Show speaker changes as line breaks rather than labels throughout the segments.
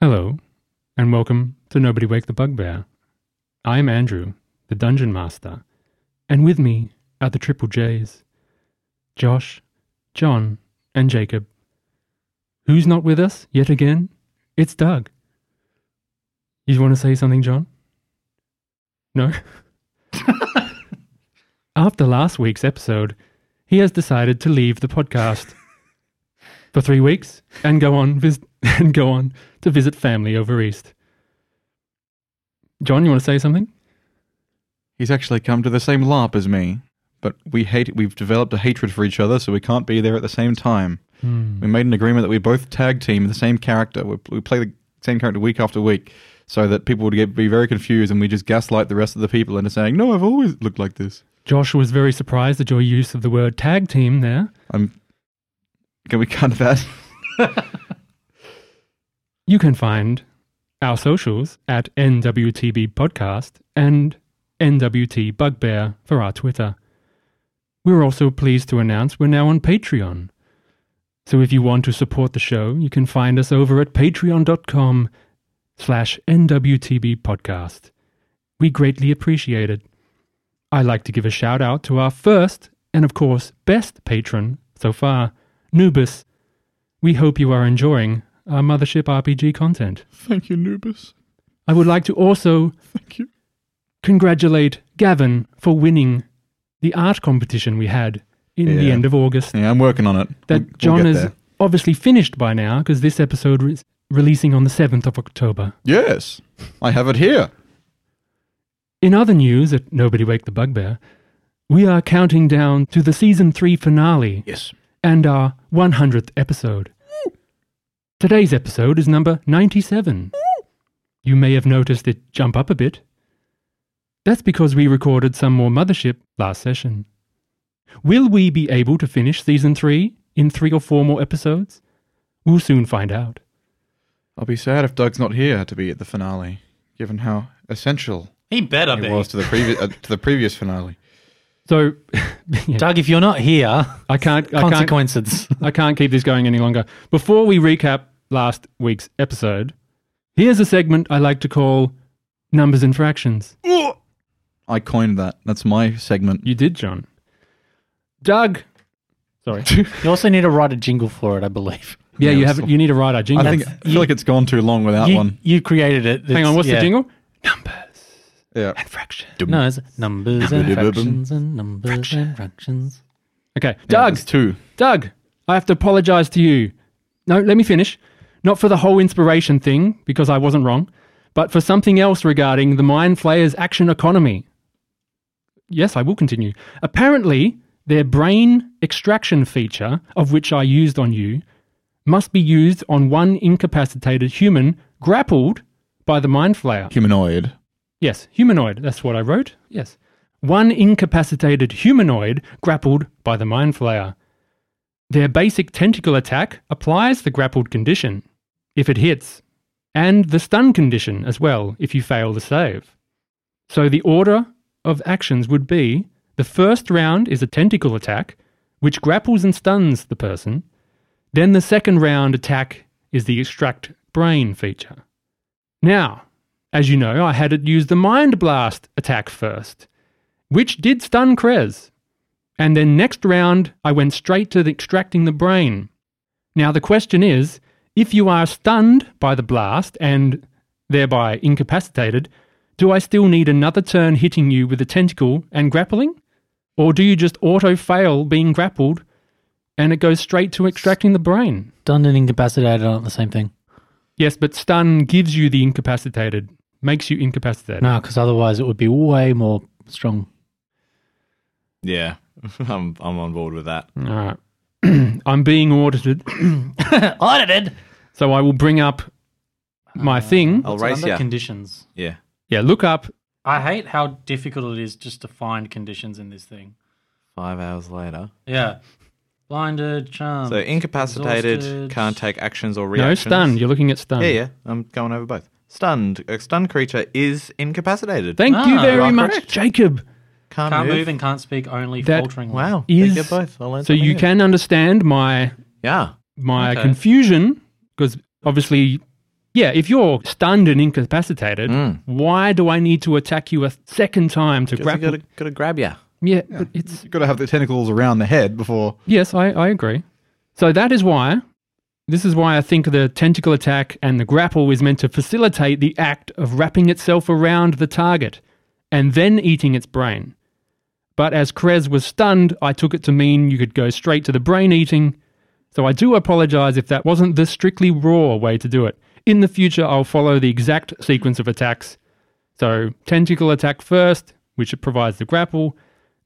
Hello, and welcome to Nobody Wake the Bugbear. I'm Andrew, the Dungeon Master, and with me are the Triple J's Josh, John, and Jacob. Who's not with us yet again? It's Doug. You want to say something, John? No? After last week's episode, he has decided to leave the podcast for three weeks and go on vis- and go on to visit family over east. John, you want to say something?
He's actually come to the same LARP as me, but we hate. We've developed a hatred for each other, so we can't be there at the same time. We made an agreement that we both tag team the same character. We, we play the same character week after week, so that people would get be very confused, and we just gaslight the rest of the people into saying, "No, I've always looked like this."
Josh was very surprised at your use of the word tag team there.
I'm. Can we cut that?
You can find our socials at NWTB Podcast and NWT Bugbear for our Twitter. We're also pleased to announce we're now on Patreon. So if you want to support the show, you can find us over at patreon.com slash NWTB Podcast. We greatly appreciate it. I'd like to give a shout out to our first and, of course, best patron so far, Nubus. We hope you are enjoying our Mothership RPG content.
Thank you, Nubus.
I would like to also
Thank you.
congratulate Gavin for winning the art competition we had in the
Yeah.
end of August.
Yeah, I'm working on it.
That
We'll- we'll
John
get
is
there.
obviously finished by now because this episode is releasing on the 7th of October.
Yes, I have it here.
In other news at Nobody Wake the Bugbear, we are counting down to the season 3 finale
Yes.
and our 100th episode. Today's episode is number 97. You may have noticed it jump up a bit. That's because we recorded some more Mothership last session. Will we be able to finish season 3 in 3 or 4 more episodes? We'll soon find out.
I'll be sad if Doug's not here to be at the finale, given how essential
He better
it
be.
was to the previous uh, to the previous finale.
So yeah,
Doug, if you're not here,
I can't I can't
consequences.
I can't keep this going any longer. Before we recap last week's episode, here's a segment I like to call Numbers and Fractions.
I coined that. That's my segment.
You did, John. Doug. Sorry.
You also need to write a jingle for it, I believe.
Yeah, you
Yeah,
have
so-
you need to write our jingle.
I think I feel like it's gone too long without
you,
one.
you created it.
Hang
It's-
on, what's
yeah.
the jingle?
Yeah.
And fractions.
No, it's numbers and
Numbers.
fractions and numbers and fractions.
Okay. Doug,
it's two.
Doug, I have to apologize to you. No, let me finish. Not for the whole inspiration thing, because I wasn't wrong, but for something else regarding the Mind Flayers' action economy. Yes, I will continue. Apparently, their brain extraction feature, of which I used on you, must be used on one incapacitated human grappled by the Mind Flayer.
Humanoid.
Yes, humanoid. That's what I wrote. Yes. One incapacitated humanoid grappled by the Mind Flayer. Their basic tentacle attack applies the grappled condition, if it hits, and the stun condition as well, if you fail the save. So the order of actions would be the first round is a tentacle attack, which grapples and stuns the person. Then the second round attack is the extract brain feature. Now, as you know, I had it use the Mind Blast attack first, which did stun Krez. And then next round, I went straight to the extracting the brain. Now, the question is if you are stunned by the blast and thereby incapacitated, do I still need another turn hitting you with a tentacle and grappling? Or do you just auto fail being grappled and it goes straight to extracting the brain?
Done and incapacitated aren't the same thing.
Yes, but stun gives you the incapacitated, makes you incapacitated.
No, because otherwise it would be way more strong.
Yeah, I'm I'm on board with that.
All right. I'm being audited,
Audited.
so I will bring up my thing.
Uh, I'll race you.
Conditions.
yeah,
Yeah, look up.
I hate how difficult it is just to find conditions in this thing.
five hours later.
Yeah. Blinded, charmed.
so incapacitated,
exhausted.
can't take actions or
No,
reactions.
stun. You're looking at stun.
Yeah, yeah. I'm going over both. Stunned. A stunned creature is incapacitated.
Thank you
Ah,
very
you are
much,
correct.
Jacob.
can't,
Can't
move.
move and can't speak, only
That-
faltering.
Wow.
Is-
they get both. I learned
So
something
you
new.
can understand my
Yeah.
my
Okay.
confusion because obviously Yeah, if you're stunned and incapacitated,
Hmm.
why do I need to attack you a second time to
Got
grapple?
to got to grab you.
yeah, but it's
You've got to have the tentacles around the head before.
yes, I, I agree. So that is why this is why I think the tentacle attack and the grapple is meant to facilitate the act of wrapping itself around the target and then eating its brain. But as Krez was stunned, I took it to mean you could go straight to the brain eating. So I do apologize if that wasn't the strictly raw way to do it. In the future, I'll follow the exact sequence of attacks. So, tentacle attack first, which provides the grapple.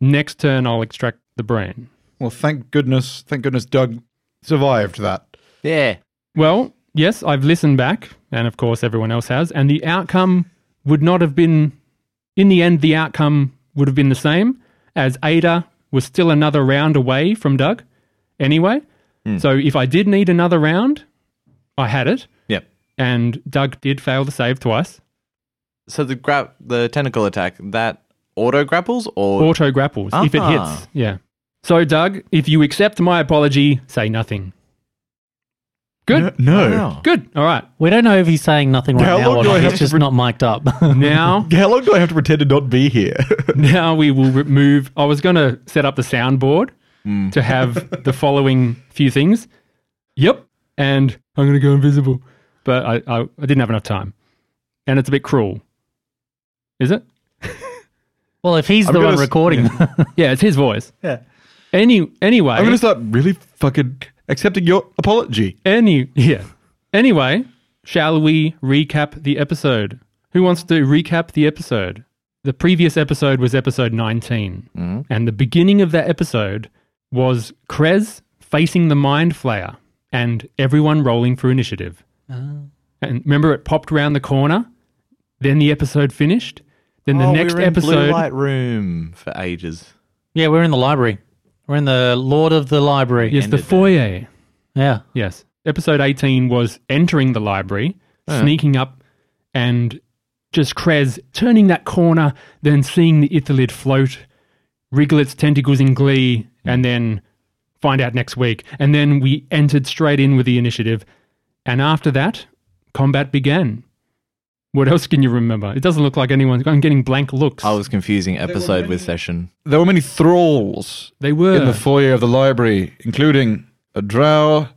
Next turn, I'll extract the brain.
Well, thank goodness, thank goodness Doug survived that.
Yeah.
Well, yes, I've listened back, and of course everyone else has, and the outcome would not have been, in the end, the outcome would have been the same, as Ada was still another round away from Doug anyway. So if I did need another round, I had it,
Yep.
and Doug did fail to save twice.
So the grab the tentacle attack that auto grapples or
Auto grapples, if it
Ah.
hits. Yeah. So, Doug, if you accept my apology, say nothing. Good.
No.
Wow.
Good. All right.
We don't know if he's saying nothing right
How
now
long
or
do I
not.
have
He's
to
just
re-
not mic'd up.
Now
How long do I have to pretend to not be here?
now we will remove. I was going to set up the soundboard to have the following few things. Yep. And I'm going to go invisible. But I, I, I didn't have enough time. And it's a bit cruel. Is it?
well, if he's
I'm
the
gonna
one
s-
recording,
Yeah, it's his voice. Yeah. Any, anyway.
I'm going to start really fucking accepting your apology.
any, yeah. Anyway, shall we recap the episode? Who wants to recap the episode? The previous episode was episode 19.
Mm-hmm.
And the beginning of that episode was Krez facing the Mind Flayer and everyone rolling for initiative. And remember, it popped round the corner. Then the episode finished. Then the
Oh, we
next
were in blue
episode.
light room for ages.
yeah, we're in the library. We're in the Lord of the Library.
Yes, the
ended.
foyer.
Yeah.
Yes. Episode 18 was entering the library, sneaking up, and just Krez turning that corner, then seeing the Ithalid float, wriggle its tentacles in glee, and then find out next week. And then we entered straight in with the initiative. And after that, combat began. What else can you remember? It doesn't look like anyone's. I'm getting blank looks.
I was confusing episode with session.
There were many thralls
they were.
in the foyer of the library, including a drow,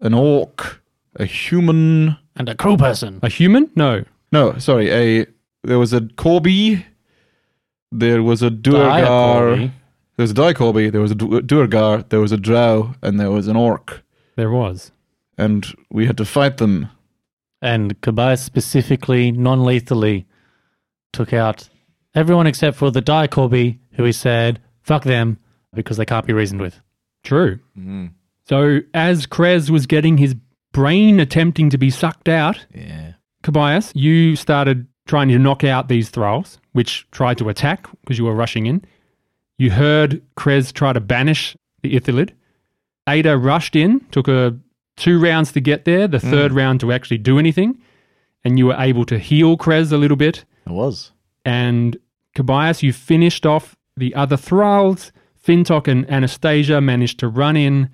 an orc, a human.
And a crew person.
a human? No.
No, sorry, a there was a Corby, there was a Duergar,
Diacorby.
there was a Dicorby, there was a Du- Duergar, there was a drow, and there was an orc,
There was.
and we had to fight them.
And Kabaya specifically, non lethally, took out everyone except for the Dai Corby, who he said, fuck them, because they can't be reasoned with.
True. So as Krez was getting his brain attempting to be sucked out,
Yeah.
Kobayas, you started trying to knock out these thralls, which tried to attack because you were rushing in. You heard Krez try to banish the Ithalid. Ada rushed in, took her two rounds to get there, the third round to actually do anything, and you were able to heal Krez a little bit
It was.
and Kobayas, you finished off the other thralls. Fintok and Anastasia managed to run in,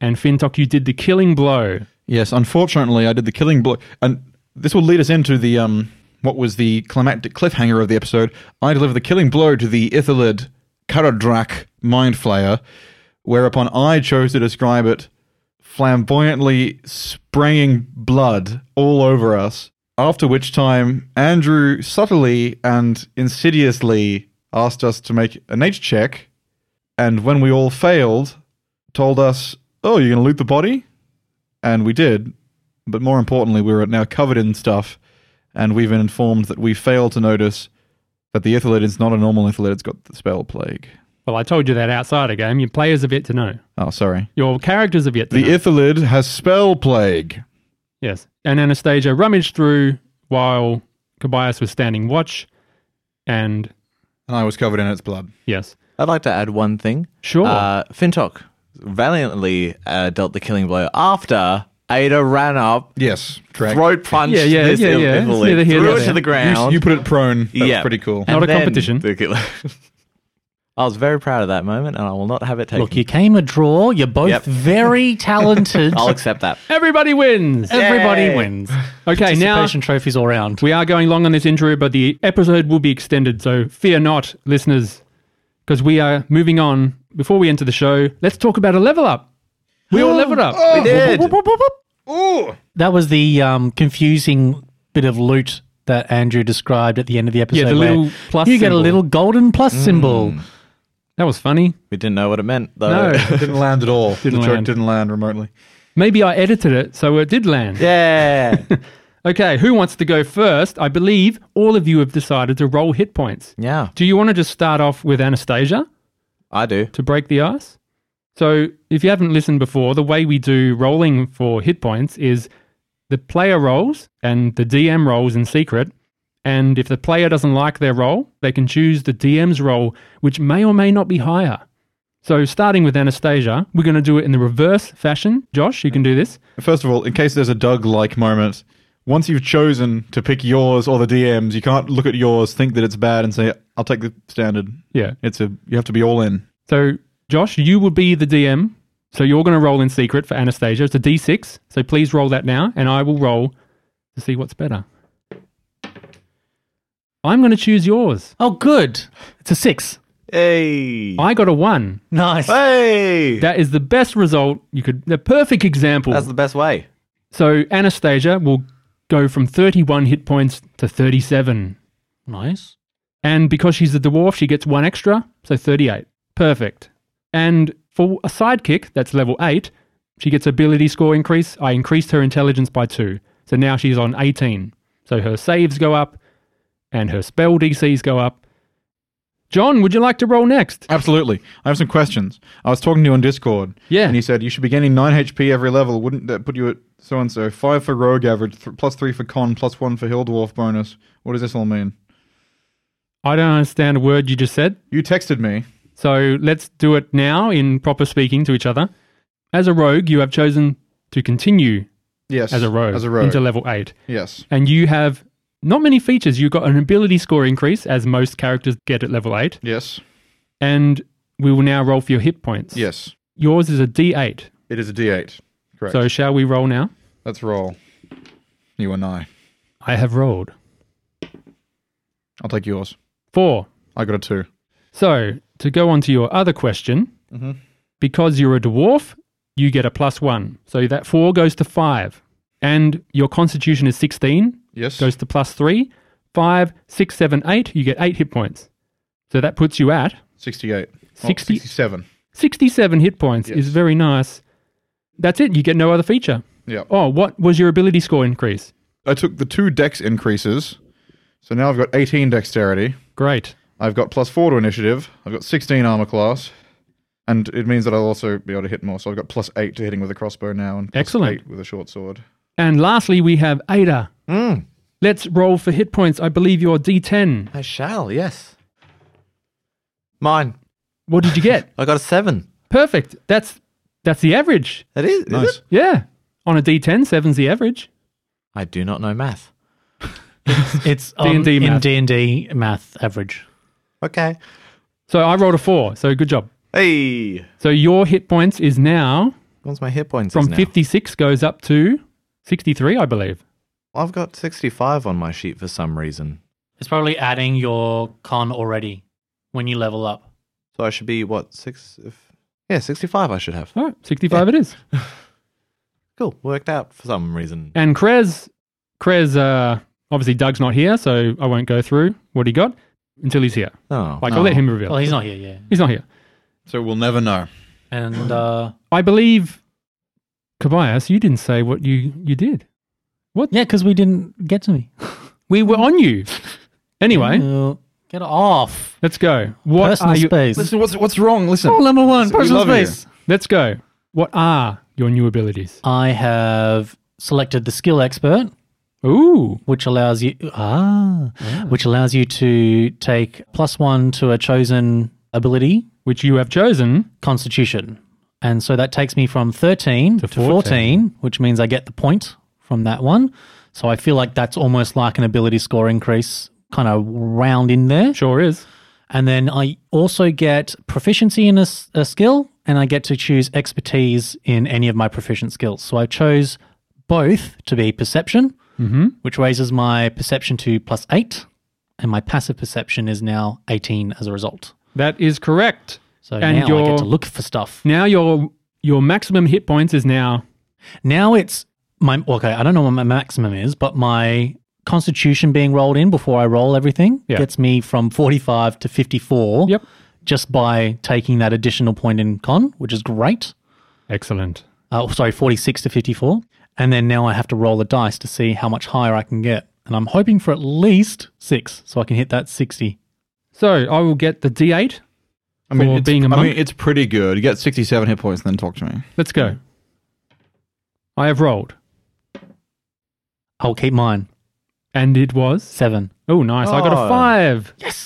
and Fintok, you did the killing blow.
Yes, unfortunately, I did the killing blow, and this will lead us into the um, what was the climactic cliffhanger of the episode. I delivered the killing blow to the Ithalid Karadrak Mind Flayer, whereupon I chose to describe it flamboyantly spraying blood all over us. After which time, Andrew subtly and insidiously asked us to make a nature check, and when we all failed, told us, "Oh, you're going to loot the body." and we did. But more importantly, we were now covered in stuff, and we've been informed that we failed to notice that the Ithalid is not a normal Ithalid; it's got the spell plague.
Well, I told you that outside a game. Your players have yet to know.
Oh, sorry.
Your characters have yet to
The
know.
Ithalid has spell plague.
yes. And Anastasia rummaged through while Kobayas was standing watch, and
And I was covered in its blood.
yes.
I'd like to add one thing.
Sure.
Uh, Fintok valiantly uh, dealt the killing blow after Ada ran up,
Yes, correct.
throat punched
Yeah, yeah,
this
yeah,
ill-
yeah. It's
invalid,
neither here
threw
nor
it to
there.
the
You,
ground.
you put it prone. That's
Yeah.
pretty cool.
Not a
then
competition.
the killer- I was very proud of that moment, and I will not have it taken.
Look, you came a draw. You're both
Yep.
very talented.
I'll accept that.
Everybody wins.
Everybody
Yay.
wins.
Okay, now
Participation trophies all round.
we are going long on this intro, but the episode will be extended, so fear not, listeners, because we are moving on. Before we enter the show, let's talk about a level up. We all leveled up.
Oh. We did.
That was the um, confusing bit of loot that Andrew described at the end of the episode.
the
where
little plus
You get a
symbol.
little golden plus symbol.
That was funny.
We didn't know what it meant, though.
No,
didn't land at all.
Didn't
the joke
land.
didn't land remotely.
maybe I edited it, so it did land.
Yeah.
Okay, who wants to go first? I believe all of you have decided to roll hit points.
yeah.
Do you want to just start off with Anastasia?
I do.
to break the ice. So, if you haven't listened before, the way we do rolling for hit points is the player rolls and the DM rolls in secret. And if the player doesn't like their roll, they can choose the DM's roll, which may or may not be higher. So, starting with Anastasia, we're going to do it in the reverse fashion. Josh, you can do this.
First of all, in case there's a Doug like moment, once you've chosen to pick yours or the DMs, you can't look at yours, think that it's bad, and say, I'll take the standard.
Yeah.
It's a you have to be all in.
So, Josh, you will be the DM. So, you're going to roll in secret for Anastasia. It's a d6. So, please roll that now, and I will roll to see what's better. I'm going to choose yours.
Oh, good. It's a six.
Hey.
I got a one.
Nice.
Hey.
That is the best result you could, the perfect example.
That's the best way.
so, Anastasia will go from 31 hit points to 37.
Nice.
And because she's a dwarf, she gets one extra, so 38. Perfect. And for a sidekick, that's level 8, she gets ability score increase. I increased her intelligence by 2. So now she's on 18. So her saves go up and her spell DCs go up. John, would you like to roll next?
Absolutely. I have some questions. I was talking to you on Discord.
Yeah.
And he said you should be gaining 9 HP every level. Wouldn't that put you at so and so? 5 for rogue average, th- plus 3 for con, plus 1 for hill dwarf bonus. What does this all mean?
I don't understand a word you just said.
You texted me.
So let's do it now in proper speaking to each other. As a rogue, you have chosen to continue
Yes.
as a rogue,
As a rogue.
into level 8.
yes.
and you have not many features. You've got an ability score increase, as most characters get at level 8,
Yes.
and we will now roll for your hit points.
Yes.
Yours is a d8.
It is a d8. Correct.
So shall we roll now?
Let's roll. You and I.
I have rolled.
I'll take yours.
Four.
I got a 2.
So to go on to your other question,
Mm-hmm.
because you're a dwarf, you get a plus one. So that four goes to five. And your constitution is 16,
Yes.
goes to plus three. Five, six, seven, eight, you get eight hit points. So that puts you at
68. Oh,
Sixty-
67.
67 hit points
Yes.
is very nice. That's it. You get no other feature.
Yeah.
Oh, what was your ability score increase?
I took the two dex increases. So now I've got 18 dexterity.
Great.
I've got plus four to initiative. I've got 16 armor class. And it means that I'll also be able to hit more. So I've got plus eight to hitting with a crossbow now and plus
Excellent.
eight with a short sword.
And lastly, we have Ada.
Mm.
Let's roll for hit points. I believe you're D10.
I shall, yes. Mine.
What did you get?
I got a seven.
Perfect. That's that's the average.
That is. is
Nice.
it?
Yeah. On a D10, seven's the average.
I do not know math.
It's
D&D
D&D in
math.
D&D math average.
Okay.
So I rolled a four. So good job.
Hey.
So your hit points is now
What's my hit points? is
from
now?
56 goes up to 63, I believe.
I've got 65 on my sheet for some reason.
It's probably adding your con already when you level up.
So I should be, what, six? If, yeah, 65 I should have.
All right, 65 it is.
Cool. Worked out for some reason.
And Krez, Krez, uh, obviously Doug's not here, so I won't go through what he got until he's here.
Oh.
Like, I'll let him reveal.
Well, he's not here yet.
He's not here.
So we'll never know.
And uh,
I believe, Kobayas, you didn't say what you, you did.
yeah, because we didn't get to me.
We were on you. Anyway,
Uh, get off.
let's go. What
Personal
are you, Oh,
space.
Listen, what's, what's wrong? Listen.
Rule number one,
Oh, We
personal
love you.
space.
Let's go. What are your new abilities?
I have selected the skill expert,
Ooh,
which allows you ah, which allows you to take plus one to a chosen ability,
which you have chosen.
Constitution, and so that takes me from thirteen to, 14.
14,
which means I get the point from that one. So I feel like that's almost like an ability score increase, kind of round in there.
Sure is.
And then I also get proficiency in a, s- a skill, and I get to choose expertise in any of my proficient skills. So I chose both to be perception,
Mm-hmm.
which raises my perception to plus eight, and my passive perception is now 18 as a result.
That is correct.
So
And
now I
your-
get to look for stuff.
Now your your maximum hit points is now
Now it's my okay. I don't know what my maximum is, but my constitution being rolled in before I roll everything
Yeah.
gets me from forty-five to fifty-four.
Yep.
Just by taking that additional point in con, which is great.
excellent.
Uh, oh, sorry, forty-six to fifty-four, and then now I have to roll the dice to see how much higher I can get, and I'm hoping for at least six, so I can hit that sixty.
So I will get the D8.
I mean,
For
it's,
being a
I
monk?
mean, it's pretty good. You get 67 hit points, then talk to me.
Let's go. I have rolled,
I'll keep mine
and it was
seven,
oh nice. I got a
Oh.
five. Yes.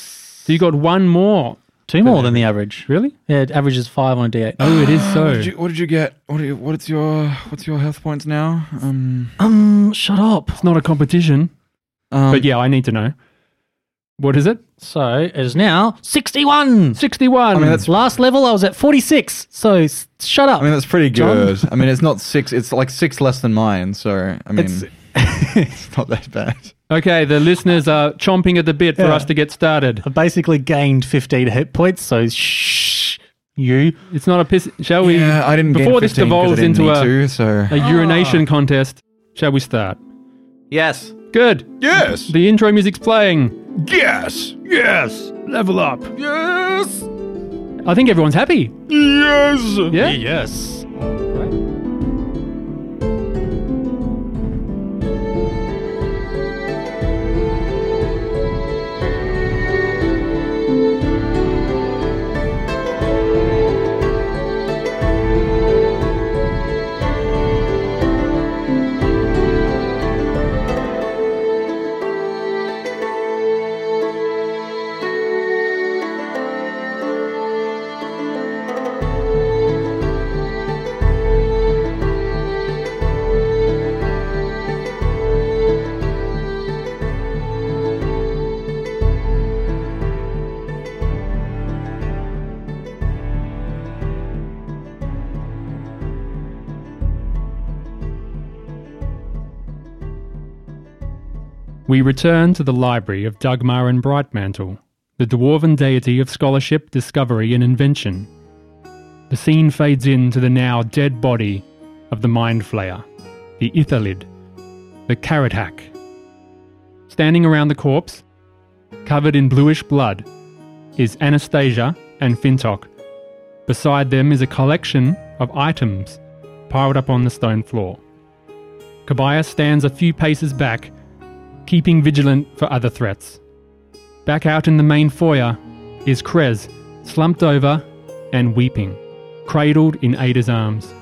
So you got one more.
two more than the average.
Really?
Yeah, it averages five on a d8.
Oh, it is
What
so.
did you, what did you get? What are you, what's your what's your health points now? Um,
Um, shut up.
it's not a competition,
um,
but yeah, I need to know. What is it?
So it is now 61.
Sixty-one.
I mean, that's-
Last level, I was at 46. So s- shut up.
I mean that's pretty
John?
good. I mean it's not six. It's like six less than mine. So I mean
It's-
it's, not that bad.
okay. The listeners are chomping at the bit for
Yeah.
us to get started.
I basically gained 15 hit points. So shh, you.
It's not a piss. Shall we?
yeah, I didn't.
before
gain
this
15 'cause I
devolves
didn't
into a-
need to, Ah. so
A urination contest. Shall we start?
Yes.
Good.
yes,
The intro music's playing.
yes,
Yes. Level up.
yes,
I think everyone's happy.
yes.
Yeah.
Yes.
We return to the library of Dugmar and Brightmantle, the dwarven deity of scholarship, discovery, and invention. The scene fades into the now dead body of the Mind Flayer, the Ithalid, the Carrot Hack. Standing around the corpse, covered in bluish blood, is Anastasia and Fintok. Beside them is a collection of items piled up on the stone floor. Kabaya stands a few paces back keeping vigilant for other threats. Back out in the main foyer is Krez, slumped over and weeping, cradled in Ada's arms.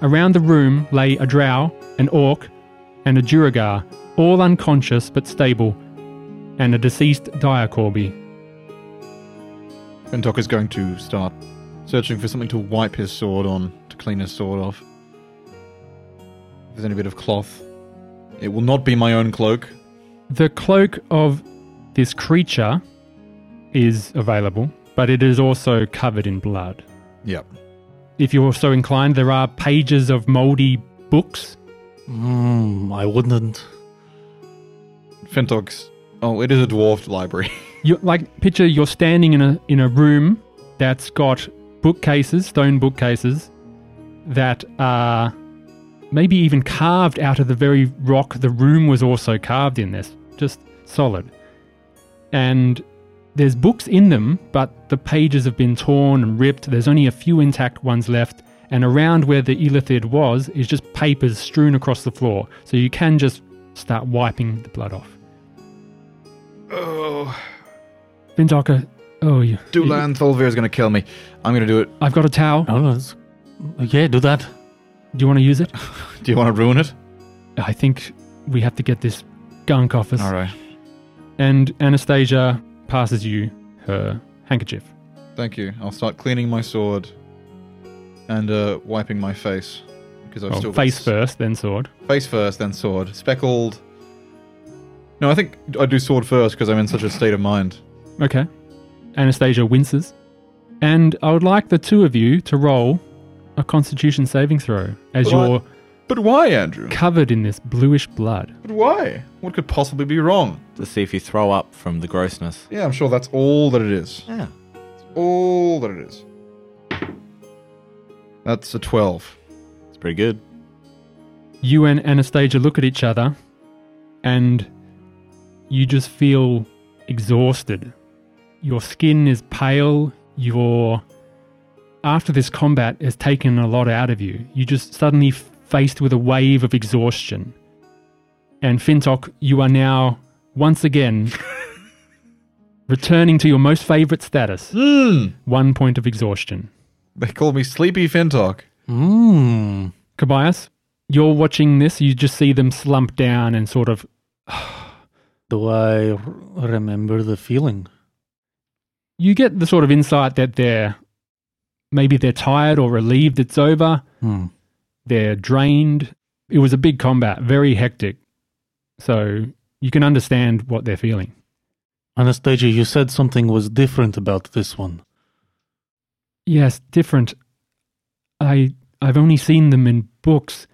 Around the room lay a drow, an orc, and a juragar, all unconscious but stable, and a deceased Diacorby.
Bentok is going to start searching for something to wipe his sword on to clean his sword off. If there's any bit of cloth, it will not be my own cloak.
The cloak of this creature is available, but it is also covered in blood.
Yep.
If you're so inclined, there are pages of mouldy books
Mm, I wouldn't.
Fentok's. Oh, it is a dwarfed library.
you like picture you're standing in a in a room that's got bookcases, stone bookcases that are maybe even carved out of the very rock the room was also carved in this, just solid. And there's books in them, but the pages have been torn and ripped. There's only a few intact ones left, and around where the elithid was is just papers strewn across the floor. So you can just start wiping the blood off.
oh,
Vindoka, oh, you,
Dulan Tholvir is going to kill me. I'm going to do it.
I've got a towel.
No, no, it's- yeah, do that.
Do you want to use it?
Do you want to ruin it?
I think we have to get this gunk off us.
All right.
And Anastasia passes you her handkerchief.
Thank you. I'll start cleaning my sword and uh, wiping my face because I've
Well,
still got
Oh, face
s-
first, then sword.
Face first, then sword. Speckled. No, I think I do sword first because I'm in such a state of mind.
Okay. Anastasia winces. And I would like the two of you to roll a constitution saving throw as
What?
you're
But why, Andrew?
covered in this bluish blood.
But why? What could possibly be wrong?
to see if you throw up from the grossness.
Yeah, I'm sure that's all that it is.
Yeah.
All that it is. That's a 12.
It's pretty good.
You and Anastasia look at each other and you just feel exhausted. Your skin is pale. Your. After this combat has taken a lot out of you, you just suddenly faced with a wave of exhaustion. And Fintok, you are now once again returning to your most favorite status
Hmm.
one point of exhaustion.
They call me Sleepy Fintok.
Mmm.
Kobayas, you're watching this, you just see them slump down and sort of
Do I r- remember the feeling?
you get the sort of insight that they're maybe they're tired or relieved it's over,
Hmm.
they're drained. It was a big combat, very hectic. So you can understand what they're feeling.
Anastasia, you said something was different about this one.
Yes, different. I I've only seen them in books.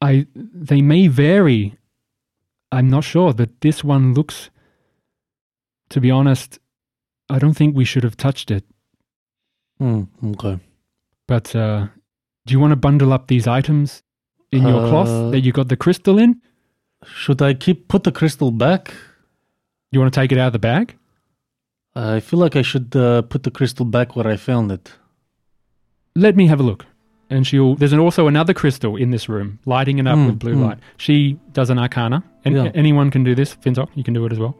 I they may vary. I'm not sure that this one looks to be honest, I don't think we should have touched it.
Hmm. Okay.
But uh, do you want to bundle up these items in your
Uh,
cloth that you got the crystal in?
Should I keep put the crystal back?
You want to take it out of the bag?
I feel like I should uh, put the crystal back where I found it.
Let me have a look. And she'll. There's an, also another crystal in this room, lighting it up
Mm,
with blue
mm.
light. She does an arcana, and
Yeah.
anyone can do this. Finzok, you can do it as well.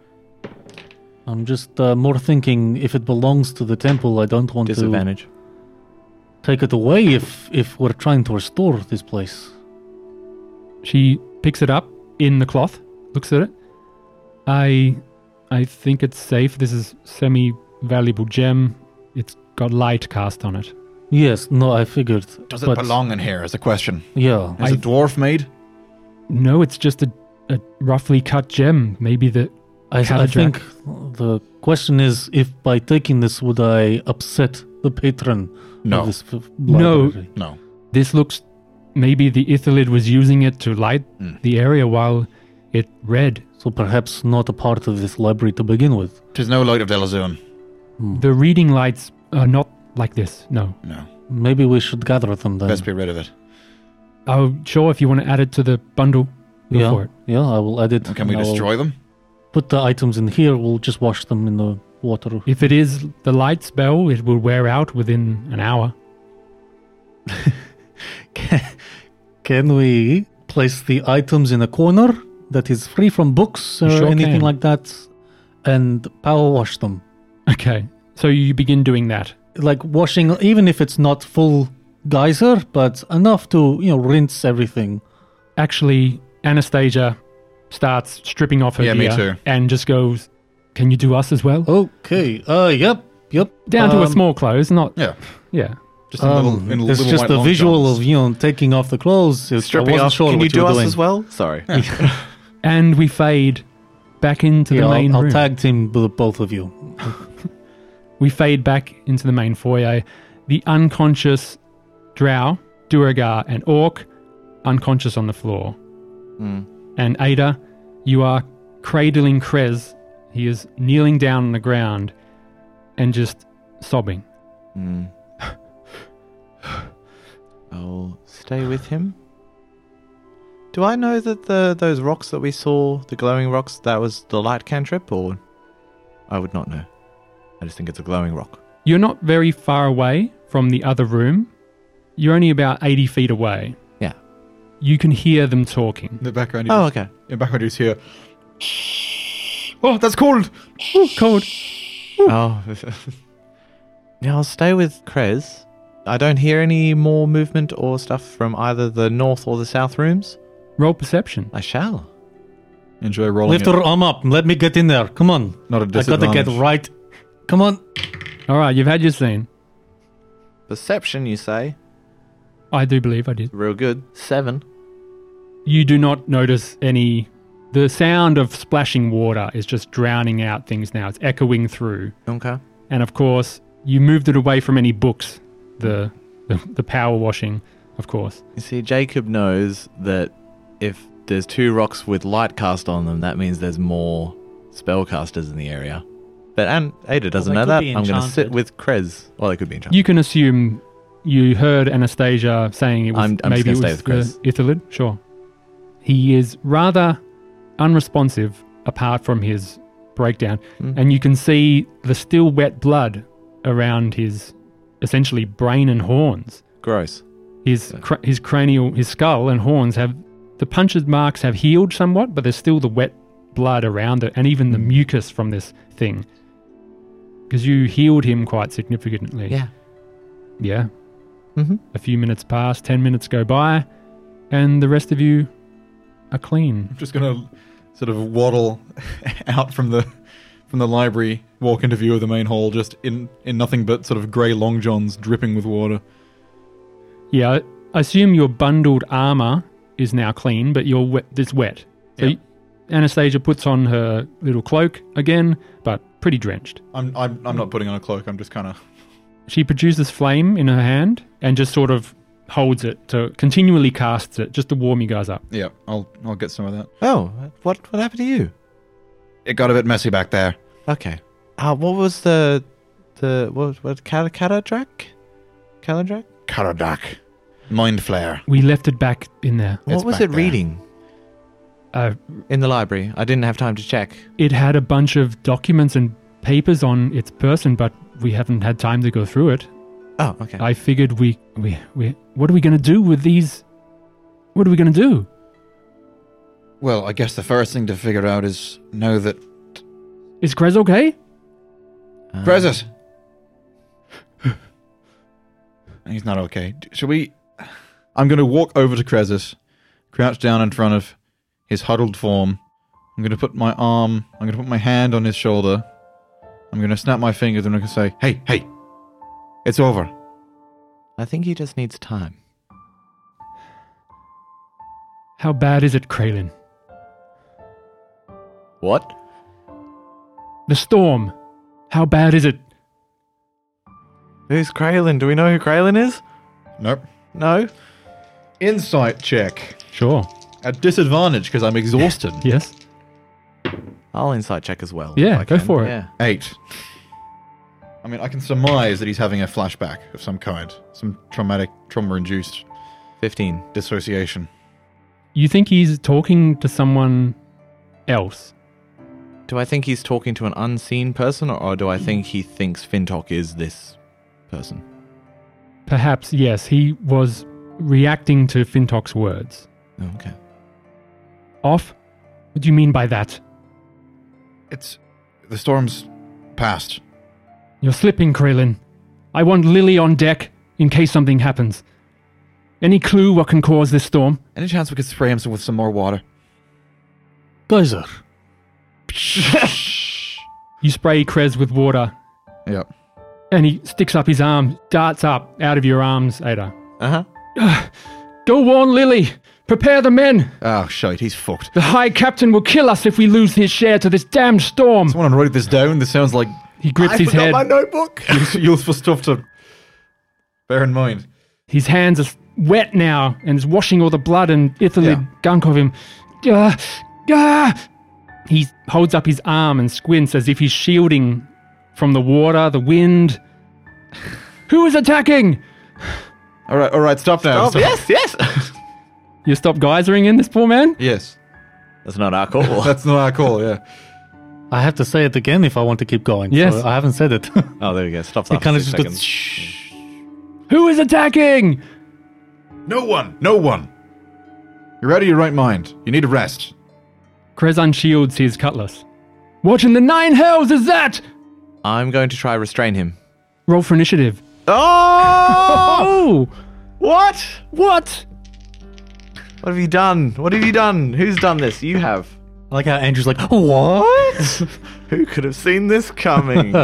I'm just uh, more thinking if it belongs to the temple, I don't want to
Disadvantage.
take it away if if we're trying to restore this place.
She picks it up in the cloth, looks at it. I, I think it's safe. This is semi-valuable gem. It's got light cast on it.
Yes, no, I figured.
Does it
but-
belong in here is the question.
Yeah.
I-
Is a dwarf made?
No, it's just a, a roughly cut gem. Maybe the
I, I
Catadrach.
think the question is if by taking this would I upset the patron
No.
of this f-
No.
library?
No.
This looks. Maybe the Ithalid was using it to light
Hmm.
Mm.
the area while it read.
So perhaps not a part of this library to begin with.
Tis no light of Delazun.
Hmm.
The reading lights are not like this. No.
No.
Maybe we should gather them then.
Best be rid of it.
I'm sure if you want to add it to the bundle, go
yeah,
for it.
yeah, I will add it.
Can we
and I will
destroy them?
Put the items in here. We'll just wash them in the water.
If it is the light spell, it will wear out within an hour.
Can we place the items in a corner that is free from books
You
or
sure
anything
can.
like that, and power wash them?
Okay. So you begin doing that.
Like washing, even if it's not full geyser, but enough to you know rinse everything.
Actually, Anastasia starts stripping off her
Yeah, me
gear
too.
and just goes, Can you do us as well?
Okay. Uh. Yep. Yep.
Down to a
Um,
small clothes, not.
Yeah.
Yeah.
Just
um,
in
it's just the visual of you know taking off the clothes. It's, I
Stripping
wasn't
off.
sure
Can
what
you do
were
us
doing.
as well? Sorry.
And we fade back into
Yeah,
the
I'll-
main
I'll,
room.
tag team with both of you.
We fade back into the main foyer. The unconscious Drow, Duragar, and Orc unconscious on the floor.
Mm.
And Ada, you are cradling Krez. He is kneeling down on the ground and just sobbing.
Mm. I'll stay with him. Do I know that the those rocks that we saw, the glowing rocks, that was the light cantrip, or I would not know. I just think it's a glowing rock.
You're not very far away from the other room. You're only about 80 feet away.
Yeah.
You can hear them talking.
In the background, you
Oh,
just-
okay.
in the background, you just hear. Oh, that's cold!
Cold.
Oh. now I'll stay with Krez. I don't hear any more movement or stuff from either the north or the south rooms.
Roll perception.
I shall.
Enjoy rolling.
Lift
it.
her arm up. and Let me get in there. Come on.
Not a
I gotta
disadvantage.
get right. Come on.
All right, you've had your scene.
Perception, you say?
I do believe I did.
Real good. Seven.
You do not notice any The sound of splashing water is just drowning out things now. It's echoing through.
Okay.
And of course, you moved it away from any books, the, the, the power washing, of course.
You see, Jacob knows that if there's two rocks with light cast on them, that means there's more spellcasters in the area. But and Ada doesn't
they
know
could
that.
be
I'm going to sit
enchanted.
with Krez. Well, they could be enchanted.
You can assume you heard Anastasia saying it was
I'm- I'm just
maybe it
gonna
was
stay with
the Ithalid. Sure. He is rather unresponsive apart from his breakdown,
Mm.
and you can see the still wet blood around his essentially brain and horns.
Gross.
His cr- his cranial his skull and horns have the punctured marks have healed somewhat, but there's still the wet blood around it, and even the mucus from this thing. Because you healed him quite significantly. Yeah.
Mhm.
A few minutes pass, 10 minutes go by, and the rest of you are clean.
I'm just gonna sort of waddle out from the from the library, walk into view of the main hall, just in in nothing but sort of grey long johns dripping with water.
Yeah, I- I assume your bundled armor is now clean, but you're wet, it's wet. So
Yeah.
y- Anastasia puts on her little cloak again, but pretty drenched.
I'm I'm, I'm not putting on a cloak. I'm just kind of
She produces flame in her hand and just sort of holds it to continually casts it just to warm you guys up.
yeah. I'll I'll get some of that.
Oh, what what happened to you?
It got a bit messy back there.
Okay. Uh, what was the the what what Cat- Catadrak? Catadrak?
Karadak, mind flare.
We left it back in there.
What
It's
was
back
it
there.
reading
Uh,
in the library? I didn't have time to check.
it had a bunch of documents and papers on its person, but we haven't had time to go through it.
Oh, okay.
I figured we, we, we, what are we going to do with these? What are we going to do?
Well, I guess the first thing to figure out is now that
Is Krez okay?
Um,
Prezis. He's not okay. D- Should we?
I'm going to walk over to Krezus, crouch down in front of his huddled form. I'm going to put my arm, I'm going to put my hand on his shoulder. I'm going to snap my fingers and I'm going to say, Hey, hey, it's over.
I think he just needs time.
How bad is it, Kralin?
What?
The storm. How bad is it?
Who's Kraylin? Do we know who Kraylin is?
Nope.
No.
Insight check.
Sure.
At disadvantage because I'm exhausted.
Yes.
I'll insight check as well.
Yeah,
if I
go
can.
for it.
Yeah.
Eight. I mean, I can surmise that he's having a flashback of some kind, some traumatic, trauma induced
Fifteen.
dissociation.
You think he's talking to someone else?
Do I think he's talking to an unseen person, or, or do I think he thinks Fintok is this person?
Perhaps, yes. He was reacting to Fintok's words.
Oh, okay.
Off? What do you mean by that?
It's. The storm's past.
You're slipping, Kralin. I want Lily on deck in case something happens. Any clue what can cause this storm?
Any chance we could spray him some- with some more water?
Geyser.
You spray Krez with water,
Yeah.
and he sticks up his arm, darts up out of your arms, Ada.
Uh huh.
Go warn Lily! Prepare the men!
Oh, shite, he's fucked.
The High Captain will kill us if we lose his share to this damned storm!
Someone wrote this down. This sounds like
He grips his head.
notebook. Useful stuff to bear in mind.
His hands are wet now, and is washing all the blood and ithilid gunk of him. Ah, ah. He holds up his arm and squints as if he's shielding from the water, the wind. Who is attacking?
All right, all right, stop now.
Oh
Stop.
yes, yes.
You stop geysering in this poor man?
Yes,
That's not our call.
that's not our call. Yeah,
I have to say it again if I want to keep going.
Yes.
So I haven't said it. it
oh, there we go. Stops after
kind of
six
just
seconds.
goes. Shh.
Who is attacking?
no one, no one. You're out of your right mind. You need a rest.
Krez unshields his cutlass. What in the nine hells is that?
I'm going to try restrain him.
Roll for initiative.
Oh!
Oh!
what?
What?
What have you done? What have you done? Who's done this? You have.
I like how Andrew's like, what?
Who could have seen this coming?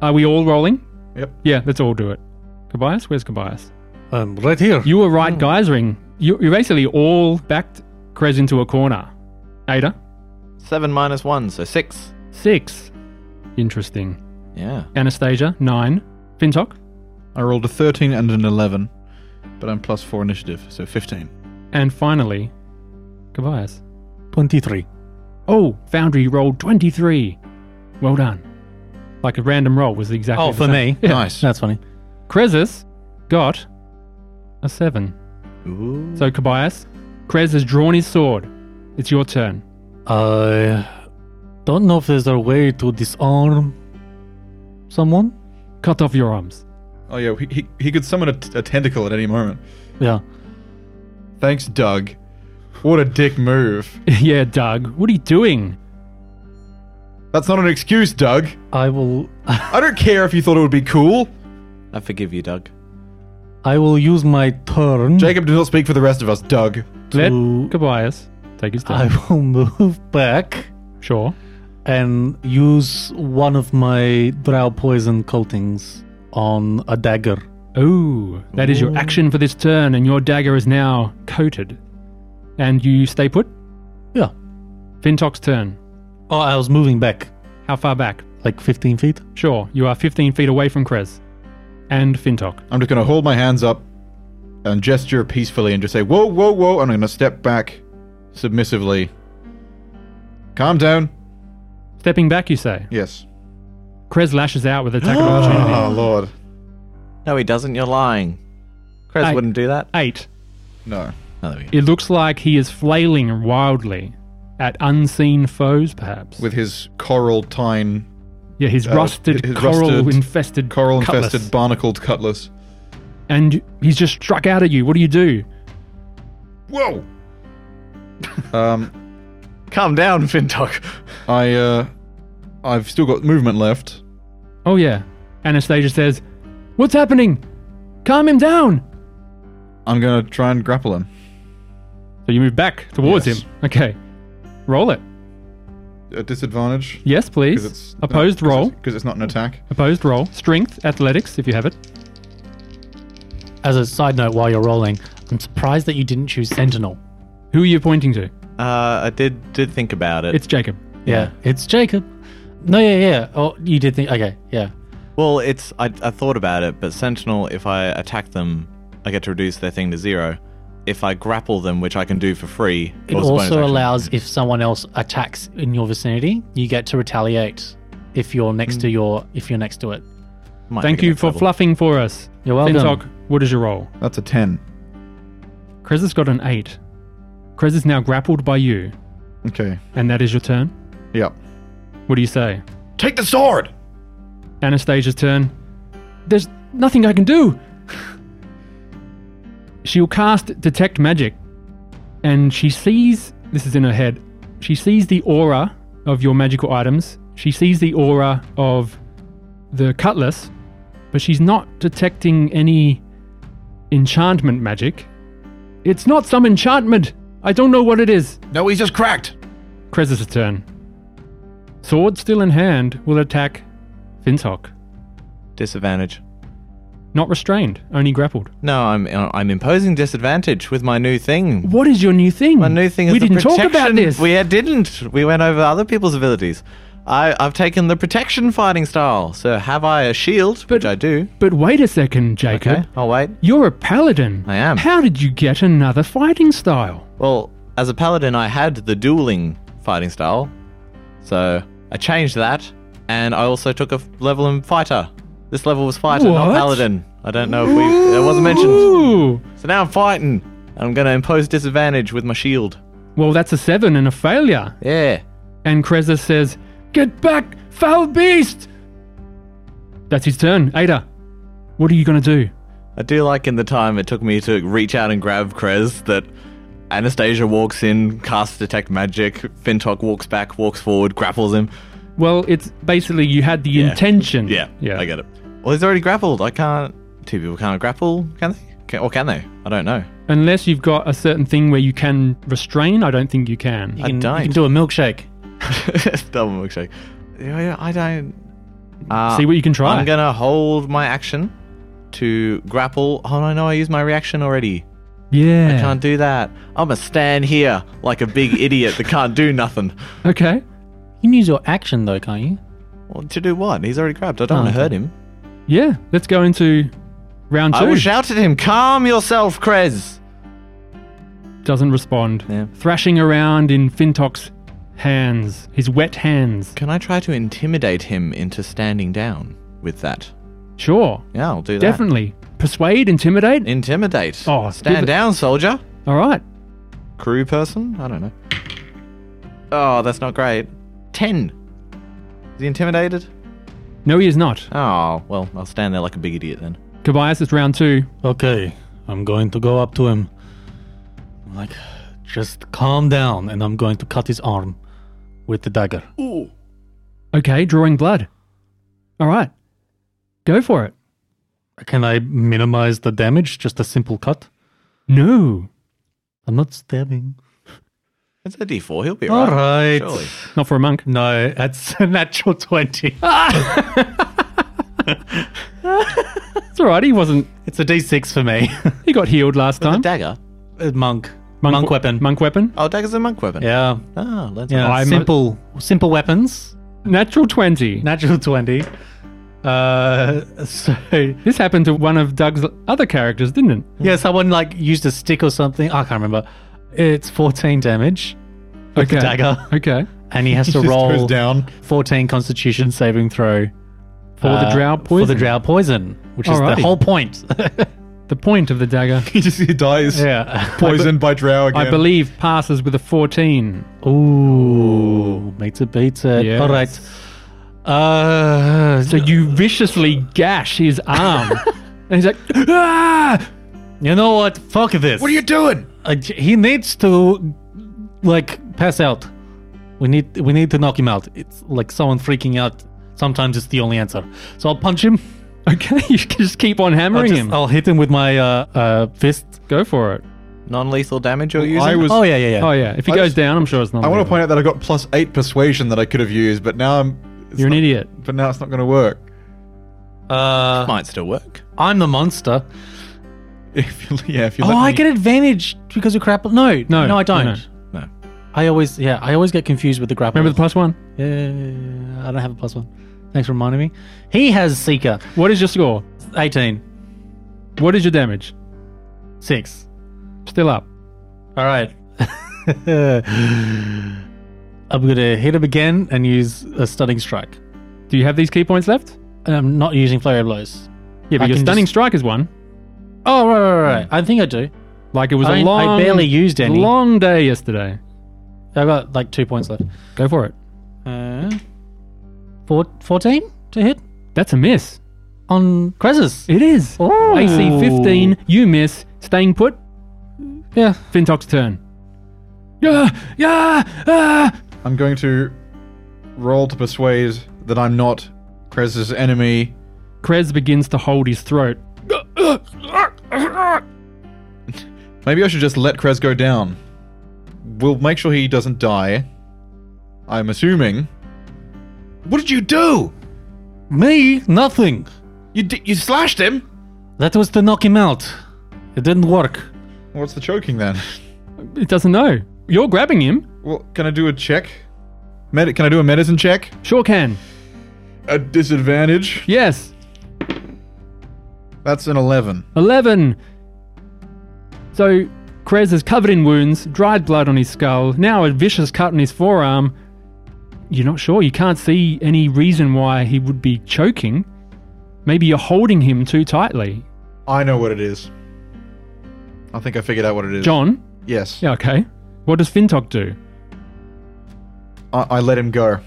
Are we all rolling?
Yep.
Yeah, let's all do it. Kobayas? Where's Kobayas?
um, right here.
You were right, geysering. You, you basically all backed Krez into a corner. Ada,
Seven minus one, so six.
Six. Interesting.
Yeah.
Anastasia, nine. Fintok.
I rolled a 13 and an 11, but I'm plus 4 initiative, so 15.
And finally, Tobias.
23.
Oh, Foundry rolled 23. Well done. Like a random roll was exactly
Oh,
the
for
same.
me.
Yeah.
Nice.
That's funny.
Krezus got a 7.
Ooh.
So, Kobayas, Krez has drawn his sword. It's your turn.
I don't know if there's a way to disarm someone.
Cut off your arms.
Oh, yeah, he, he, he could summon a, t- a tentacle at any moment.
Yeah.
Thanks, Doug. What a dick move.
yeah, Doug, what are you doing?
That's not an excuse, Doug.
I will
I don't care if you thought it would be cool.
I forgive you, Doug.
I will use my turn
Jacob does not speak for the rest of us, Doug.
Let
to
Kobayas take his
I
turn.
will move back
Oh.
Sure.
and use one of my drow poison coatings on a dagger.
Ooh, that is your action for this turn, and your dagger is now coated. And you stay put?
Yeah.
Fintok's turn.
Oh, I was moving back
How far back?
like 15 feet.
Sure, you are 15 feet away from Krez and Fintok.
I'm just going to hold my hands up and gesture peacefully and just say, whoa, whoa, whoa. And I'm going to step back submissively. Calm down.
Stepping back, you say.
Yes.
Krez lashes out with attack of opportunity.
Oh, Lord.
No, he doesn't. You're lying. Krez
I-
wouldn't do that.
Eight.
No.
No, there we go.
It looks like he is flailing wildly at unseen foes, perhaps.
With his coral tine,
yeah, his
uh,
rusted,
his rusted,
coral-infested,
coral
cutlass.
infested, barnacled cutlass.
and he's just struck out at you. What do you do?
Whoa! um,
Calm down, Fintok.
I uh, I've still got movement left.
Oh yeah, Anastasia says, "What's happening? Calm him down."
I'm gonna try and grapple him.
So you move back towards
Yes.
him. Okay, roll it.
A disadvantage.
Yes, please.
Because it's
Opposed roll.
because it's not an attack.
Opposed roll. Strength, athletics, if you have it.
As a side note, while you're rolling, I'm surprised that you didn't choose Sentinel.
Who are you pointing to?
Uh, I did did think about it.
It's Jacob.
Yeah, it's Jacob. No, yeah, yeah. Oh, you did think. Okay, yeah.
well, it's I, I thought about it, but Sentinel, if I attack them, I get to reduce their thing to zero. If I grapple them, which I can do for free,
It
was a bonus
also
action.
allows if someone else attacks in your vicinity, you get to retaliate if you're next to your if you're next to it.
Might
Thank
be
you
next
for
level.
fluffing for us.
You're welcome.
Fintok, what is your roll?
That's a ten.
Krez has got an eight. Krez is now grappled by you,
Okay.
and that is your turn.
Yeah.
What do you say?
Take the sword.
Anastasia's turn. There's nothing I can do. She'll cast Detect Magic, and she sees this is in her head. She sees the aura of your magical items. She sees the aura of the cutlass, but she's not detecting any enchantment magic. It's not some enchantment. I don't know what it is.
No, he's just cracked.
Krezus' turn. Sword still in hand will attack Fintok.
disadvantage.
Not restrained, only grappled.
No, I'm I'm imposing disadvantage with my new thing.
What is your new thing?
My new thing is
we
the
didn't talk about
protection-
this.
We uh, didn't. We went over other people's abilities. I, I've taken the protection fighting style. So have I a shield,
But-
which I do.
but wait a second, Jacob.
Okay. Oh wait.
You're a paladin.
I am.
How did you get another fighting style?
Well, as a paladin, I had the dueling fighting style, so I changed that, and I also took a f- level in fighter. This level was fighter, not
What?
paladin. I don't know if we. It wasn't mentioned.
Ooh.
So now I'm fighting. I'm gonna impose disadvantage with my shield.
Well, that's a seven and a failure.
Yeah.
And Kreza says, Get back, foul beast! That's his turn. Ada, what are you going to do?
I do like in the time it took me to reach out and grab Krez that Anastasia walks in, casts detect magic, Fintok walks back, walks forward, grapples him.
Well, it's basically you had the
Yeah.
intention.
Yeah, I get it. Well, he's already grappled. I can't. Two people can't grapple, can they? Can, or can they? I don't know.
Unless you've got a certain thing where you can restrain, I don't think you can.
You
I
can, you
don't.
can do a milkshake.
Double milkshake. Yeah, I I don't. Uh,
See what you can try.
I'm gonna hold my action to grapple. Oh no, no, I used my reaction already.
Yeah.
I can't do that. I'm a stand here like a big idiot that can't do nothing.
Okay.
You can use your action though, can't you?
Well, to do what? He's already grabbed. I don't
Oh,
want to
okay.
hurt him.
Yeah. Let's go into round
I
two.
will shout at him. Calm yourself, Krez.
Doesn't respond.
Yeah.
Thrashing around in Fintok's hands, his wet hands.
Can I try to intimidate him into standing down with that?
Sure.
Yeah, I'll do that.
Definitely. Persuade, intimidate.
Intimidate.
Oh, give
stand
it-
down, soldier.
All right.
Crew person? I don't know. Oh, that's not great. Ten. Is he intimidated?
No, he is not.
Oh, well, I'll stand there like a big idiot then.
Kobayas, it's round two.
Okay, I'm going to go up to him. I'm like, just calm down, and I'm going to cut his arm with the dagger.
Okay, drawing blood. All right. Go for it.
Can I minimize the damage? Just a simple cut?
No.
I'm not stabbing.
It's a D4. He'll be
All
right.
right.
Surely.
Not for a monk.
No, that's a natural 20.
It's all right. He wasn't.
It's a d6 for me.
He got healed last
With a
time.
dagger.
A monk. Monk, weapon.
Monk weapon.
Oh, dagger's a monk weapon.
Yeah.
Ah, let's
Yeah.
I'm-
simple simple weapons.
Natural 20.
Natural 20. Uh, so
This happened to one of Doug's other characters, didn't it?
Yeah, someone like used a stick or something. I can't remember. It's 14 damage with the dagger,
Okay.
and he has to
Just
roll
goes down.
14 Constitution saving throw
For the
uh,
drow poison.
For the drow poison, which is
Alrighty.
the whole point.
The point of the dagger,
He just he dies
yeah.
poisoned by drow again.
I believe, passes with a 14.
Ooh, beats it, beats it.
Yes.
All right. Uh,
So you viciously gash his arm. and he's like, ah!
you know what? Fuck this.
What are you doing?
Uh, j- he needs to like pass out. We need we need to knock him out. It's like someone freaking out. Sometimes it's the only answer. So I'll punch him.
Okay, you just keep on
I'll,
hammering
just-
him.
I'll hit him with my uh, uh, fist.
Go for it.
Non lethal damage you're using?
I was.
Oh yeah, yeah, yeah.
Oh, yeah. If he
I
goes
just-
down, I'm sure it's not.
I want
legal.
to point out that I got plus eight persuasion that I could have used, but now I'm. it's
You're an
not-
idiot.
But now it's not going to work.
Uh,
Might still work.
I'm the monster.
If you, yeah, if you.
Oh,
let
I
me-
get advantage because of crap. No,
No,
no, no, I don't.
no,
no.
I always, yeah, I always get confused with the grapple.
Remember the plus one?
yeah, yeah, yeah, yeah. I don't have a plus one. Thanks for reminding me. He has seeker.
What is your score?
18.
What is your damage?
6.
Still up.
All right. I'm gonna hit him again and use a stunning strike.
Do you have these key points left?
And I'm not using flurry of blows.
Yeah, but
I
your
can
stunning
just-
strike is one.
Oh right, right, right, right. I think I do.
Like it was
I
a
mean, I
long,
barely used any.
long day yesterday.
I got like two points left.
Go for it.
Uh, four, 14 to hit
That's a miss.
on Krezus.
It is.
Oh.
AC 15, you miss. Staying put,
Yeah.
Fintok's turn. Yeah, yeah, ah.
I'm going to roll to persuade that I'm not Krez's enemy.
Krez begins to hold his throat.
Maybe I should just let Krez go down. We'll make sure he doesn't die. I'm assuming.
What did you do?
Me? Nothing.
You d- you slashed him.
That was to knock him out. It didn't work.
What's the choking then?
It doesn't know. You're grabbing him.
Well, can I do a check? Medi- can I do a medicine check?
Sure can.
A disadvantage.
Yes.
That's an 11.
11. So, Krez is covered in wounds, dried blood on his skull, now a vicious cut on his forearm. You're not sure. You can't see any reason why he would be choking. Maybe you're holding him too tightly.
I know what it is. I think I figured out what it is.
John?
Yes.
Yeah, okay. What does Fintok do?
I, I let him go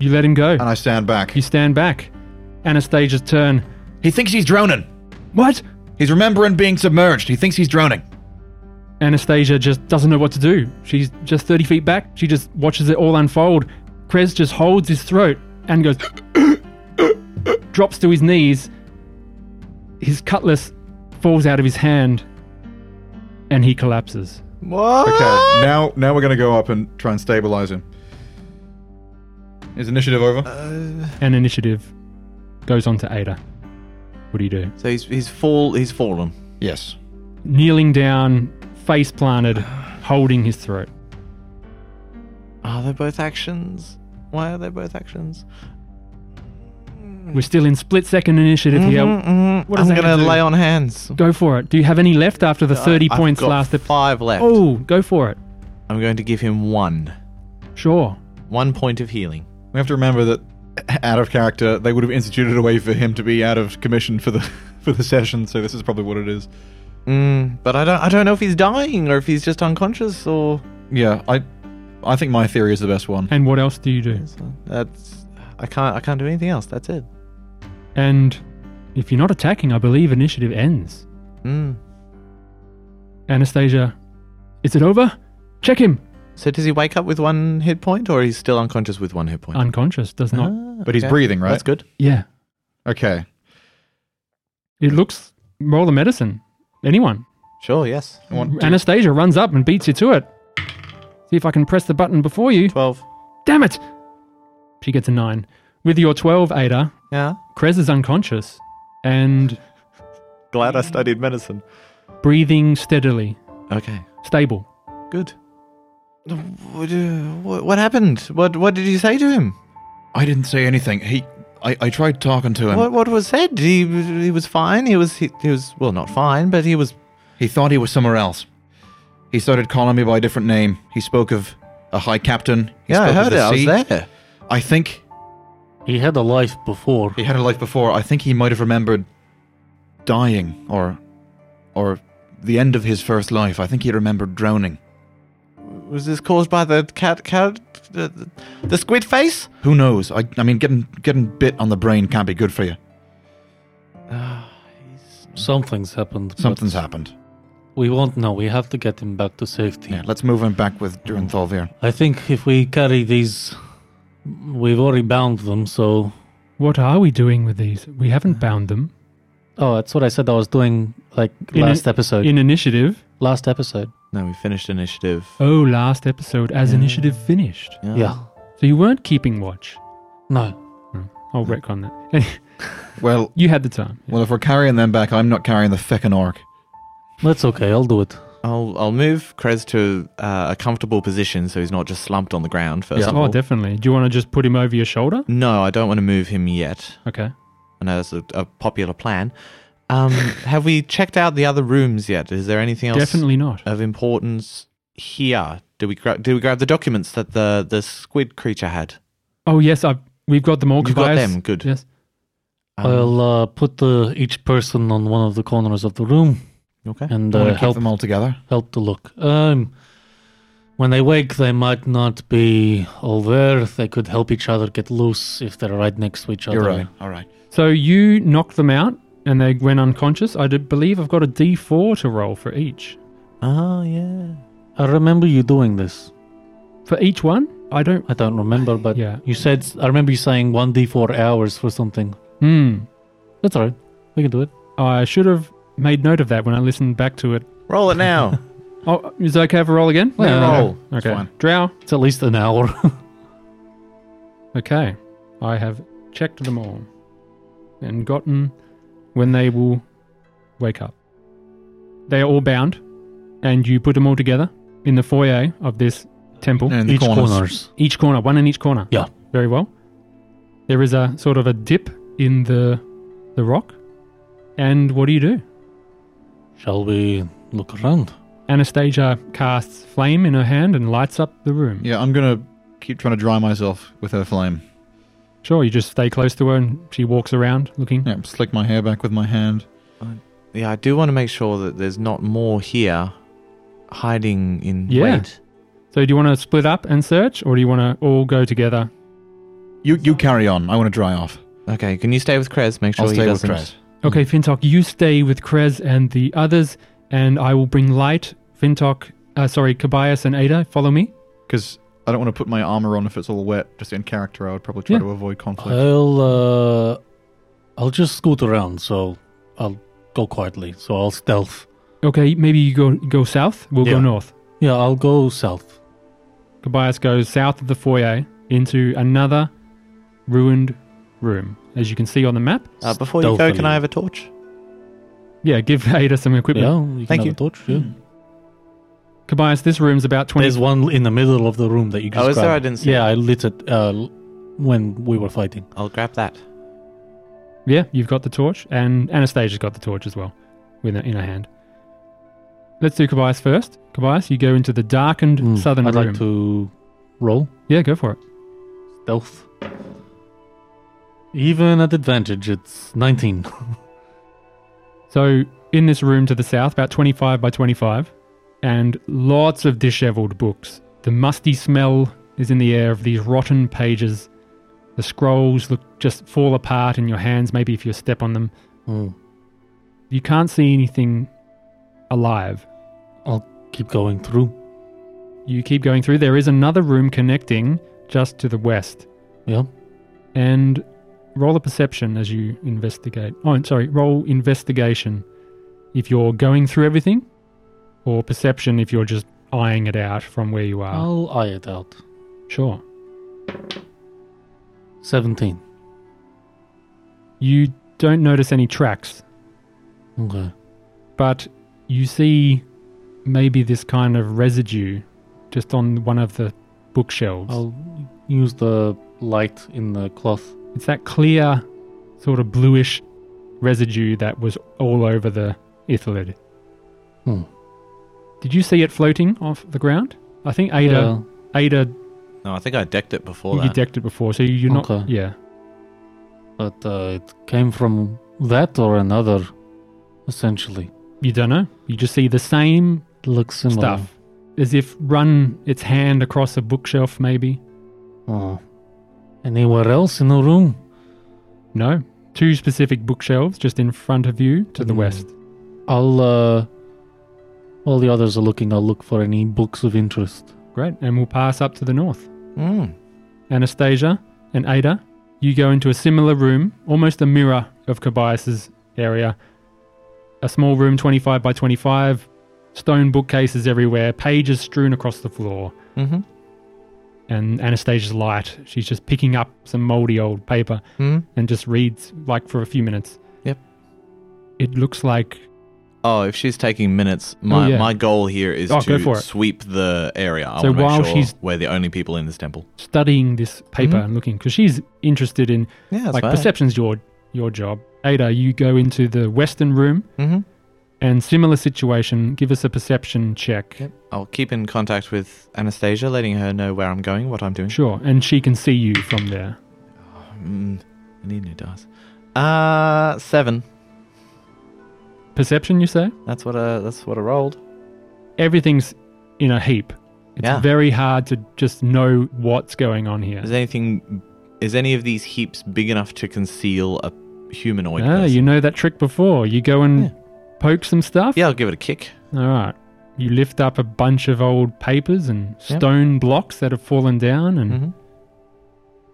You let him go.
and I stand back.
You stand back. Anastasia's turn.
He thinks he's drowning.
What?
He's remembering being submerged. He thinks he's drowning.
Anastasia just doesn't know what to do. She's just 30 feet back. She just watches it all unfold. Krez just holds his throat and goes, drops to his knees. His cutlass falls out of his hand and he collapses.
What?
Okay, now now we're gonna go up and try and stabilize him. Is initiative over?
Uh,
And initiative goes on to Ada. What do you do?
So he's he's fall he's fallen.
Yes.
Kneeling down, face planted, holding his throat.
Are they both actions? Why are they both actions?
We're still in split second initiative here.
Mhm, mhm.
What does
I'm
that
gonna
do?
lay on hands.
Go for it. Do you have any left after the 30
I've
points
got
last? ep-
five left.
Oh, go for it.
I'm going to give him one.
Sure.
One point of healing.
We have to remember that uh, out of character, they would have instituted a way for him to be out of commission for the for the session. So this is probably what it is.
Mm, but I don't. I don't know if he's dying or if he's just unconscious or.
Yeah, I I think my theory is the best one.
And what else do you do?
That's. I can't. I can't do anything else. That's it.
And if you're not attacking, I believe initiative ends.
Mm.
Anastasia, is it over? Check him.
So does he wake up with one hit point or he's still unconscious with one hit point?
Uh, Unconscious. Does not.
Ah,
But he's
okay.
breathing, right?
That's good.
Yeah.
Okay.
It looks. Roll the medicine. Anyone.
Sure. Yes.
I want to-
Anastasia runs up and beats you to it. See if I can press the button before you.
Twelve.
Damn it! She gets a nine. With your 12, Ada,
Yeah.
Krez is unconscious and
Glad I studied medicine.
breathing steadily,
Okay.
stable.
Good. What, uh, what what happened? What what did you say to him?
I didn't say anything. He, I, I tried talking to him.
What what was said? He he was fine. He was he, he was well not fine, but he was
He thought he was somewhere else. He started calling me by a different name. He spoke of a high captain. He
yeah. I
spoke of
heard it.
the
I was
sea.
there.
I think
He had a life before.
he had a life before. I think he might have remembered dying or, or the end of his first life. I think he remembered drowning.
Was this caused by the cat cat the, the- the squid face?
Who knows? I, I mean, getting getting bit on the brain can't be good for you.
Something's happened. but
Something's happened.
We won't know. We have to get him back to safety.
Yeah, let's move him back with Durinthal
I think if we carry these, we've already bound them. So,
What are we doing with these? We haven't bound them.
oh, that's what I said I was doing like
In
last
an-
episode.
In initiative.
last episode.
No, we finished initiative.
Oh, last episode as initiative finished.
Yeah.
So you weren't keeping watch.
No.
I'll retcon that.
well,
you had the time.
well, if we're carrying them back, I'm not carrying the feckin' orc.
That's okay. I'll do it.
I'll I'll move Krez to uh, a comfortable position so he's not just slumped on the ground. First of all,
Oh, definitely. Do you want to just put him over your shoulder?
no, I don't want to move him yet.
Okay.
I know that's a, a popular plan. Um, have we checked out the other rooms yet? Is there anything else
Definitely not.
of importance here? Do we gra- do we grab the documents that the the squid creature had?
Oh, yes. I, we've got them all.
You got
Kavai's.
them, good.
Yes.
Um,
I'll uh, put the, each person on one of the corners of the room
okay.
and uh,
Wanna keep
help
them all together.
help to look. Um, when they wake, they might not be all there. They could help each other get loose if they're right next to each other.
You're right. All right.
So you knocked them out and they went unconscious. I did believe I've got a d4 to roll for each.
Oh yeah.
I remember you doing this.
For each one? I don't.
I don't remember, but
Yeah.
you said I remember you saying one d four hours for something.
Hmm.
That's all right. We can do it.
I should have made note of that when I listened back to it.
Roll it now.
Oh, is it okay if I roll again?
Yeah,
No.
roll.
Okay.
fine.
Drow.
Uh, It's at least an hour.
Okay. I have checked them all and gotten when they will wake up. They are all bound, and you put them all together in the foyer of this temple.
And the
each
corners.
corners.
Each corner, one in each corner.
Yeah.
Very well. There is a sort of a dip in the the rock. And what do you do?
Shall we look around?
Anastasia casts flame in her hand and lights up the room.
Yeah, I'm gonna keep trying to dry myself with her flame.
Sure, you just stay close to her and she walks around looking.
Yeah, slick my hair back with my hand.
yeah, I do want to make sure that there's not more here hiding in
Yeah.
wait.
So do you want to split up and search or do you want to all go together?
You you carry on. I want to dry off.
Okay, can you stay with Krez? Make sure
I'll
he
stay with
doesn't.
Krez.
Mm.
Okay, Fintok, you stay with Krez and the others and I will bring light. Fintok, uh, sorry, Kobayas and Ada, follow me.
Because I don't want to put my armor on if it's all wet. Just in character, I would probably try
Yeah.
to avoid conflict.
I'll uh, I'll just scoot around. So I'll go quietly. So I'll stealth.
Okay, maybe you go go south, we'll go
Yeah.
north.
Yeah, I'll go south.
Kobayas goes south of the foyer into another ruined room. As you can see on the map.
Uh, before you go, can
Stealthily.
I have a torch?
Yeah, give Ada some equipment.
Yeah, you
Thank
can have
you. Hmm.
a torch. Yeah.
Kobayas, this room's about 20.
There's one in the middle of the room that you
Oh,
described.
is there? I didn't see
Yeah, I lit it uh, when we were fighting.
I'll grab that.
Yeah, you've got the torch, and Anastasia's got the torch as well, with her, in her hand. Let's do Kobayas first. Kobayas, you go into the darkened
Mm,
southern
I'd
room.
like to roll
Yeah, go for it.
stealth. Even at advantage, it's 19.
So, in this room to the south, about 25 by 25, and lots of disheveled books. The musty smell is in the air of these rotten pages. The scrolls look just fall apart in your hands, maybe if you step on them.
Mm,
You can't see anything alive.
Keep going through.
You keep going through. There is another room connecting just to the west.
Yeah.
And roll a perception as you investigate. Oh, sorry, roll investigation if you're going through everything, or perception if you're just eyeing it out from where you are.
I'll eye it out.
Sure.
17.
You don't notice any tracks,
Okay.
but you see maybe this kind of residue just on one of the bookshelves.
I'll use the light in the cloth.
It's that clear, sort of bluish residue that was all over the Ithalid.
Hmm.
Did you see it floating off the ground? I think Ada,
Yeah.
Ada,
No, I think I decked it before
you
that.
decked it before, so you're not.
Okay.
Yeah,
But uh, it came from that or another, essentially.
you don't know. You just see the same
Looks similar.
stuff, as if run its hand across a bookshelf, maybe.
Oh. Anywhere else in the room?
No, two specific bookshelves just in front of you to the
Hmm.
west.
I'll, uh, while the others are looking, I'll look for any books of interest.
Great, and we'll pass up to the north.
Mm.
Anastasia and Ada, you go into a similar room, almost a mirror of Kobayas's area. A small room, 25 by 25, stone bookcases everywhere, pages strewn across the floor.
Mm-hmm.
And Anastasia's light. She's just picking up some moldy old paper
hmm
and just reads, like, for a few minutes.
Yep.
It looks like
Oh, if she's taking minutes, my,
Oh, yeah.
my goal here is
Oh, go for
to
it.
sweep the area. I
So
want to
while
make sure
she's-
we're the only people in this temple.
studying this paper
Mhm.
and looking, because she's interested in,
Yeah, that's
like, perception's your, your job. Ada, you go into the western room.
hmm
And similar situation, give us a perception check.
Yep. I'll keep in contact with Anastasia, letting her know where I'm going, what I'm doing.
Sure, and she can see you from there.
Mm, I need new dice. Uh, seven.
Perception, you say?
That's what I, that's what I rolled.
Everything's in a heap. It's
Yeah.
very hard to just know what's going on here.
Is anything? Is any of these heaps big enough to conceal a humanoid?
Ah,
person?
you know that trick before. You go and
Yeah.
poke some stuff.
yeah, I'll give it a kick.
All right. You lift up a bunch of old papers and
Yep.
stone blocks that have fallen down, and
Mm-hmm.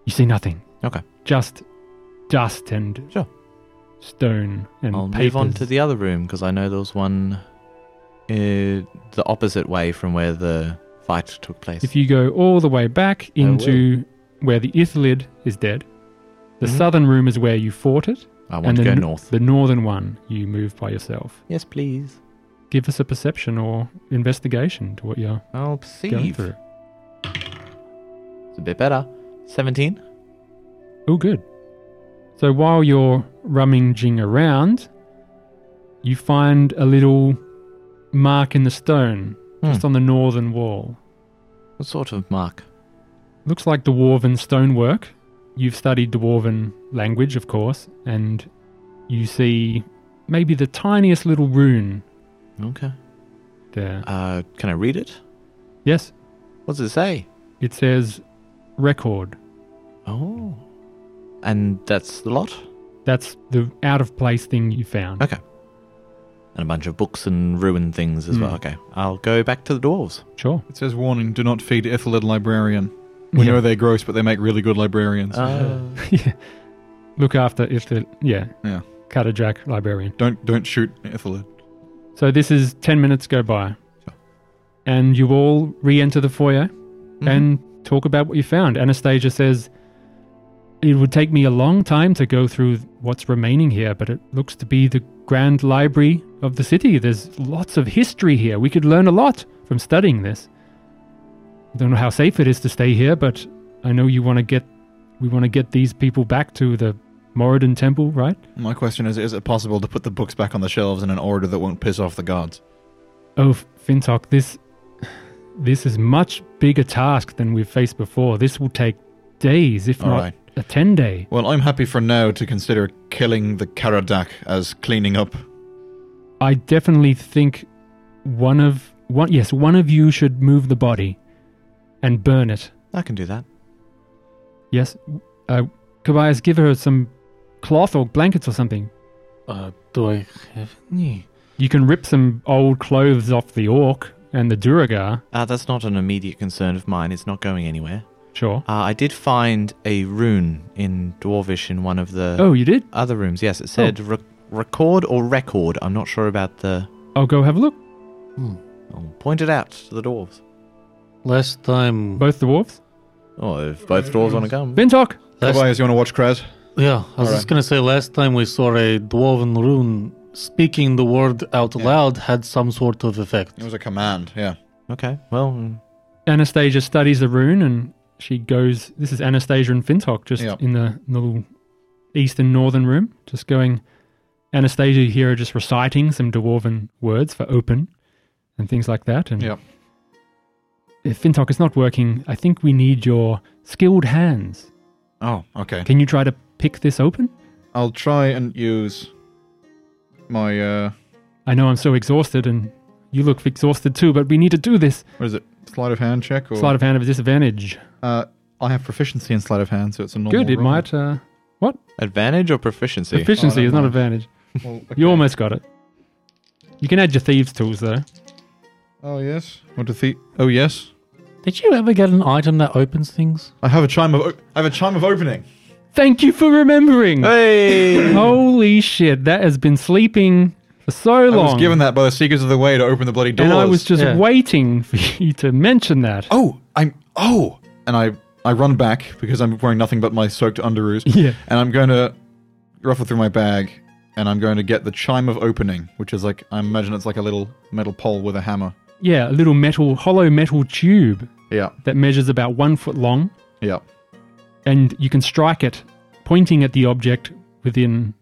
you see nothing.
Okay.
Just dust and
Sure.
stone and
I'll
papers.
move on to the other room because I know there was one uh, the opposite way from where the fight took place.
If you go all the way back
will.
into where the Ithalid is dead, the
Mhm.
southern room is where you fought it,
I want to
and
go
then-
north.
the northern one you move by yourself.
Yes, please.
Give us a perception or investigation to what you're going
I'll perceive.
through.
It's a bit better. Seventeen.
Oh, good. So while you're rummaging around, you find a little mark in the stone just
Hmm.
on the northern wall.
What sort of mark?
Looks like dwarven stonework. You've studied dwarven language, of course, and you see maybe the tiniest little rune
Okay.
there.
Uh, can I read it?
Yes,
What does it say?
it says record.
Oh. And that's the lot.
That's the out of place thing you found.
Okay. And a bunch of books and ruined things as well.
Hmm.
Okay. I'll go back to the dwarves.
Sure.
It says warning: Do not feed Ithalid librarian. We know they're gross, but they make really good librarians.
Uh,
yeah. Look after if the yeah.
Yeah.
Catadrach librarian.
don't don't shoot Ithalid.
So this is ten minutes go by.
Sure.
And you all re enter the foyer. and talk about what you found. Anastasia says, It would take me a long time to go through what's remaining here, but it looks to be the grand library of the city. There's lots of history here. We could learn a lot from studying this. I don't know how safe it is to stay here, but I know you want to get we want to get these people back to the Moradin temple, right?
My question is: Is it possible to put the books back on the shelves in an order that won't piss off the guards?
Oh, F- Fintok, this this is much bigger task than we've faced before. This will take days, if
All
not
right.
a ten day.
Well, I'm happy for now to consider killing the Karadak as cleaning up.
I definitely think one of one yes, one of you should move the body and burn it.
I can do that.
Yes, uh, Kobayas, give her some cloth or blankets or something.
Uh, do I have any?
You can rip some old clothes off the orc and the duragar.
Uh, that's not an immediate concern of mine. It's not going anywhere.
Sure.
Uh, I did find a rune in Dwarvish in one of the
Oh, you did?
other rooms. Yes, it said re- record or record. I'm not sure about the.
I'll go have a look.
I'll point it out to the dwarves.
Last time.
Both dwarves.
Oh, if both dwarves want to come.
Vintok,
Last-
Kobayas, you want to watch Kraz?
yeah, I was just going to say last time we saw a dwarven rune speaking the word out loud had some sort of effect.
It was a command. Yeah.
Okay. Well, mm,
Anastasia studies the rune and she goes. This is Anastasia and Fintok just
Yep.
in the, in the little eastern northern room, just going. Anastasia here just reciting some dwarven words for open and things like that. And
Yep.
if Fintok is not working, I think we need your skilled hands.
Oh, okay.
Can you try to pick this open?
I'll try and use my uh,
I know I'm so exhausted and you look exhausted too, but we need to do this.
what is it? Sleight of hand check or
Sleight of hand of disadvantage.
Uh, I have proficiency in sleight of hand, so it's a normal.
Good, it
roll.
might. Uh,
advantage or proficiency?
efficiency
Oh,
is not
never mind.
advantage.
Well, okay.
You almost got it. You can add your thieves' tools though.
Oh yes. What do the? Oh yes.
Did you ever get an item that opens things?
I have a chime of. O- I have a chime of opening.
Thank you for remembering.
hey.
Holy shit, that has been sleeping for so
I
long.
was given that by the Seekers of the Way to open the bloody doors.
and I was just
Yeah.
waiting for you to mention that.
Oh, I'm. Oh, and I I run back because I'm wearing nothing but my soaked underoos.
Yeah.
and I'm going to ruffle through my bag, and I'm going to get the chime of opening, which is like I imagine it's like a little metal pole with a hammer.
Yeah, a little metal, hollow metal tube
Yeah,
that measures about one foot long,
yeah.
and you can strike it, pointing at the object within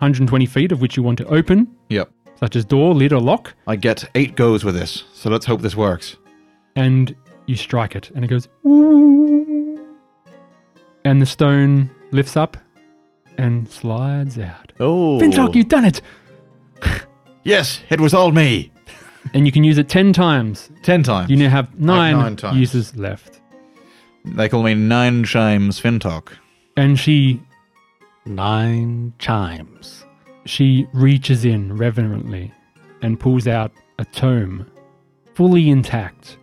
120 feet of which you want to open,
Yep.
such as door, lid, or lock,
I get eight goes with this, so let's hope this works.
and you strike it, and it goes, "Ooh." and the stone lifts up and slides out.
Oh.
Fintok, you've done it!
Yes, it was all me.
And you can use it 10 times.
Ten times.
You now have nine,
nine times.
uses left.
they call me Nine Chimes Fintok.
And she
Nine chimes.
she reaches in reverently and pulls out a tome, fully intact.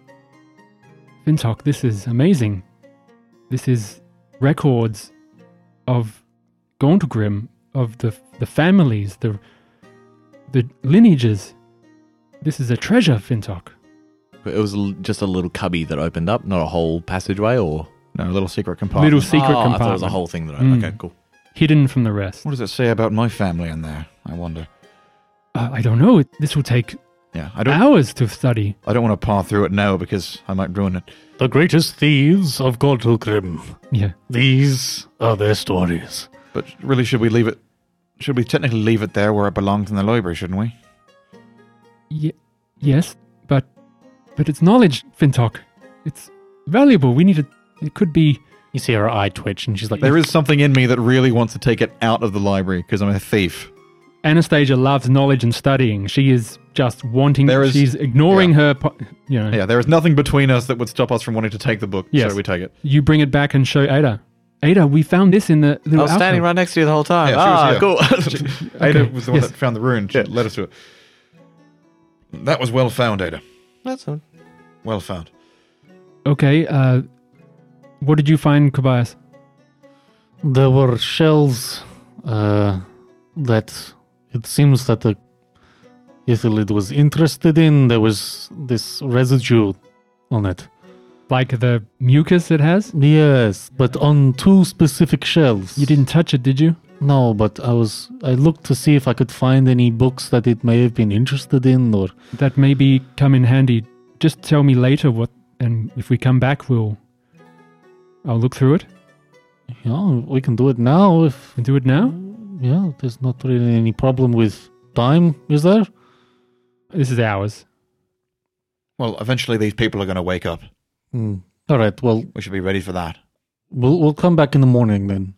Fintok, this is amazing. This is records of Gauntgrim, of the the families, the the lineages. This is a treasure, Fintok.
It was l- just a little cubby that opened up, not a whole passageway or.
No, little secret compartment.
Little secret
Oh, I
compartment,
thought it was a whole thing that
Mm.
opened. Okay, cool.
hidden from the rest.
What does it say about my family in there? I wonder.
Uh, I don't know. This will take
Yeah, I don't.
hours to study.
I don't want to paw through it now because I might ruin it.
The greatest thieves of Godhulgrim.
Yeah.
These are their stories.
But really, should we leave it? Should we technically leave it there where it belongs in the library? Shouldn't we?
Ye- yes, but but it's knowledge, Fintok. It's valuable. We need to. It could be.
You see her eye twitch and she's like,
There is something in me that really wants to take it out of the library because I'm a thief.
Anastasia loves knowledge and studying. She is just wanting.
There is-
she's ignoring her. Po- you know.
Yeah, there is nothing between us that would stop us from wanting to take the book.
Yes.
So we take it.
You bring it back and show Ada. Ada, we found this in the
I
Oh,
little.
was
alcove.
standing right next to you the whole time.
Yeah,
ah,
she was
cool.
Ada
Okay,
was the one
yes.
that found the rune. She led us to it. That was well found, Ada.
That's all.
Well found.
Okay. Uh, what did you find, Kobayas?
There were shells uh, that it seems that the Ithalid was interested in. There was this residue on it.
Like the mucus it has.
Yes, but on two specific shells.
You didn't touch it, did you?
No, but I was. I looked to see if I could find any books that it may have been interested in, or
That maybe come in handy just tell me later what, and if we come back, we'll. I'll look through it
Yeah, we can do it now if
and do it now.
yeah, there's not really any problem with time, is there?
This is ours.
Well, eventually these people are going to wake up.
Hmm. All right, well,
We should be ready for that.
we'll we'll come back in the morning then.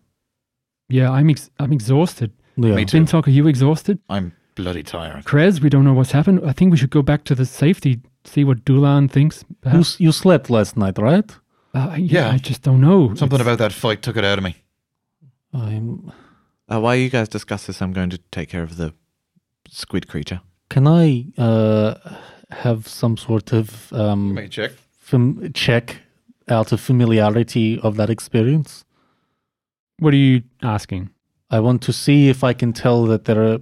Yeah, I'm ex- I'm exhausted.
Yeah.
Me too.
Bintok, are you exhausted?
I'm bloody tired.
Krez, we don't know what's happened. I think we should go back to the safety, see what Dulan thinks.
You
perhaps.
s- you slept last night, right?
Uh, yeah,
Yeah.
I just don't know.
Something
It's-
about that fight took it out of me.
I'm,
Uh, while you guys discuss this, I'm going to take care of the squid creature.
can I uh, have some sort of um,
Let me check.
fam- check out of familiarity of that experience?
What are you asking?
I want to see if I can tell that they're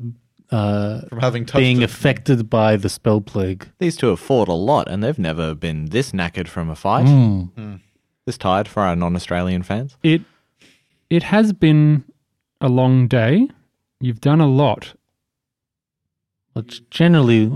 uh,
From having touched
being
it.
affected by the spell plague.
These two have fought a lot, and they've never been this knackered from a fight.
Hmm.
This tired for our non-Australian fans.
It it has been a long day. You've done a lot.
But generally,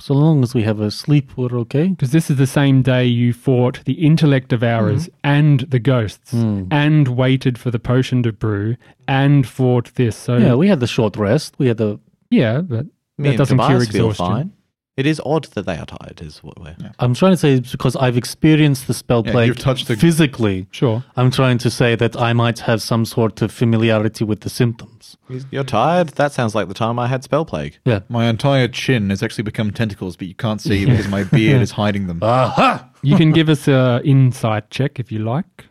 so long as we have a sleep, we're okay.
Because this is the same day you fought the intellect of ours
Mm-hmm.
and the ghosts
Hmm.
Mm.
and waited for the potion to brew and fought this. So
Yeah,
yeah,
we had the short rest. We had the
but
Me
That
and
doesn't cure
Tobias feel
exhaustion.
fine. It is odd that they are tired, is what we're.
I'm trying to say it's because I've experienced the spell
Yeah,
plague
you've touched the-
physically.
sure.
I'm trying to say that I might have some sort of familiarity with the symptoms.
You're tired. That sounds like the time I had spell plague.
My entire chin has actually become tentacles, but you can't see because my beard is hiding them. I
Aha!
You can give us a insight check if you like.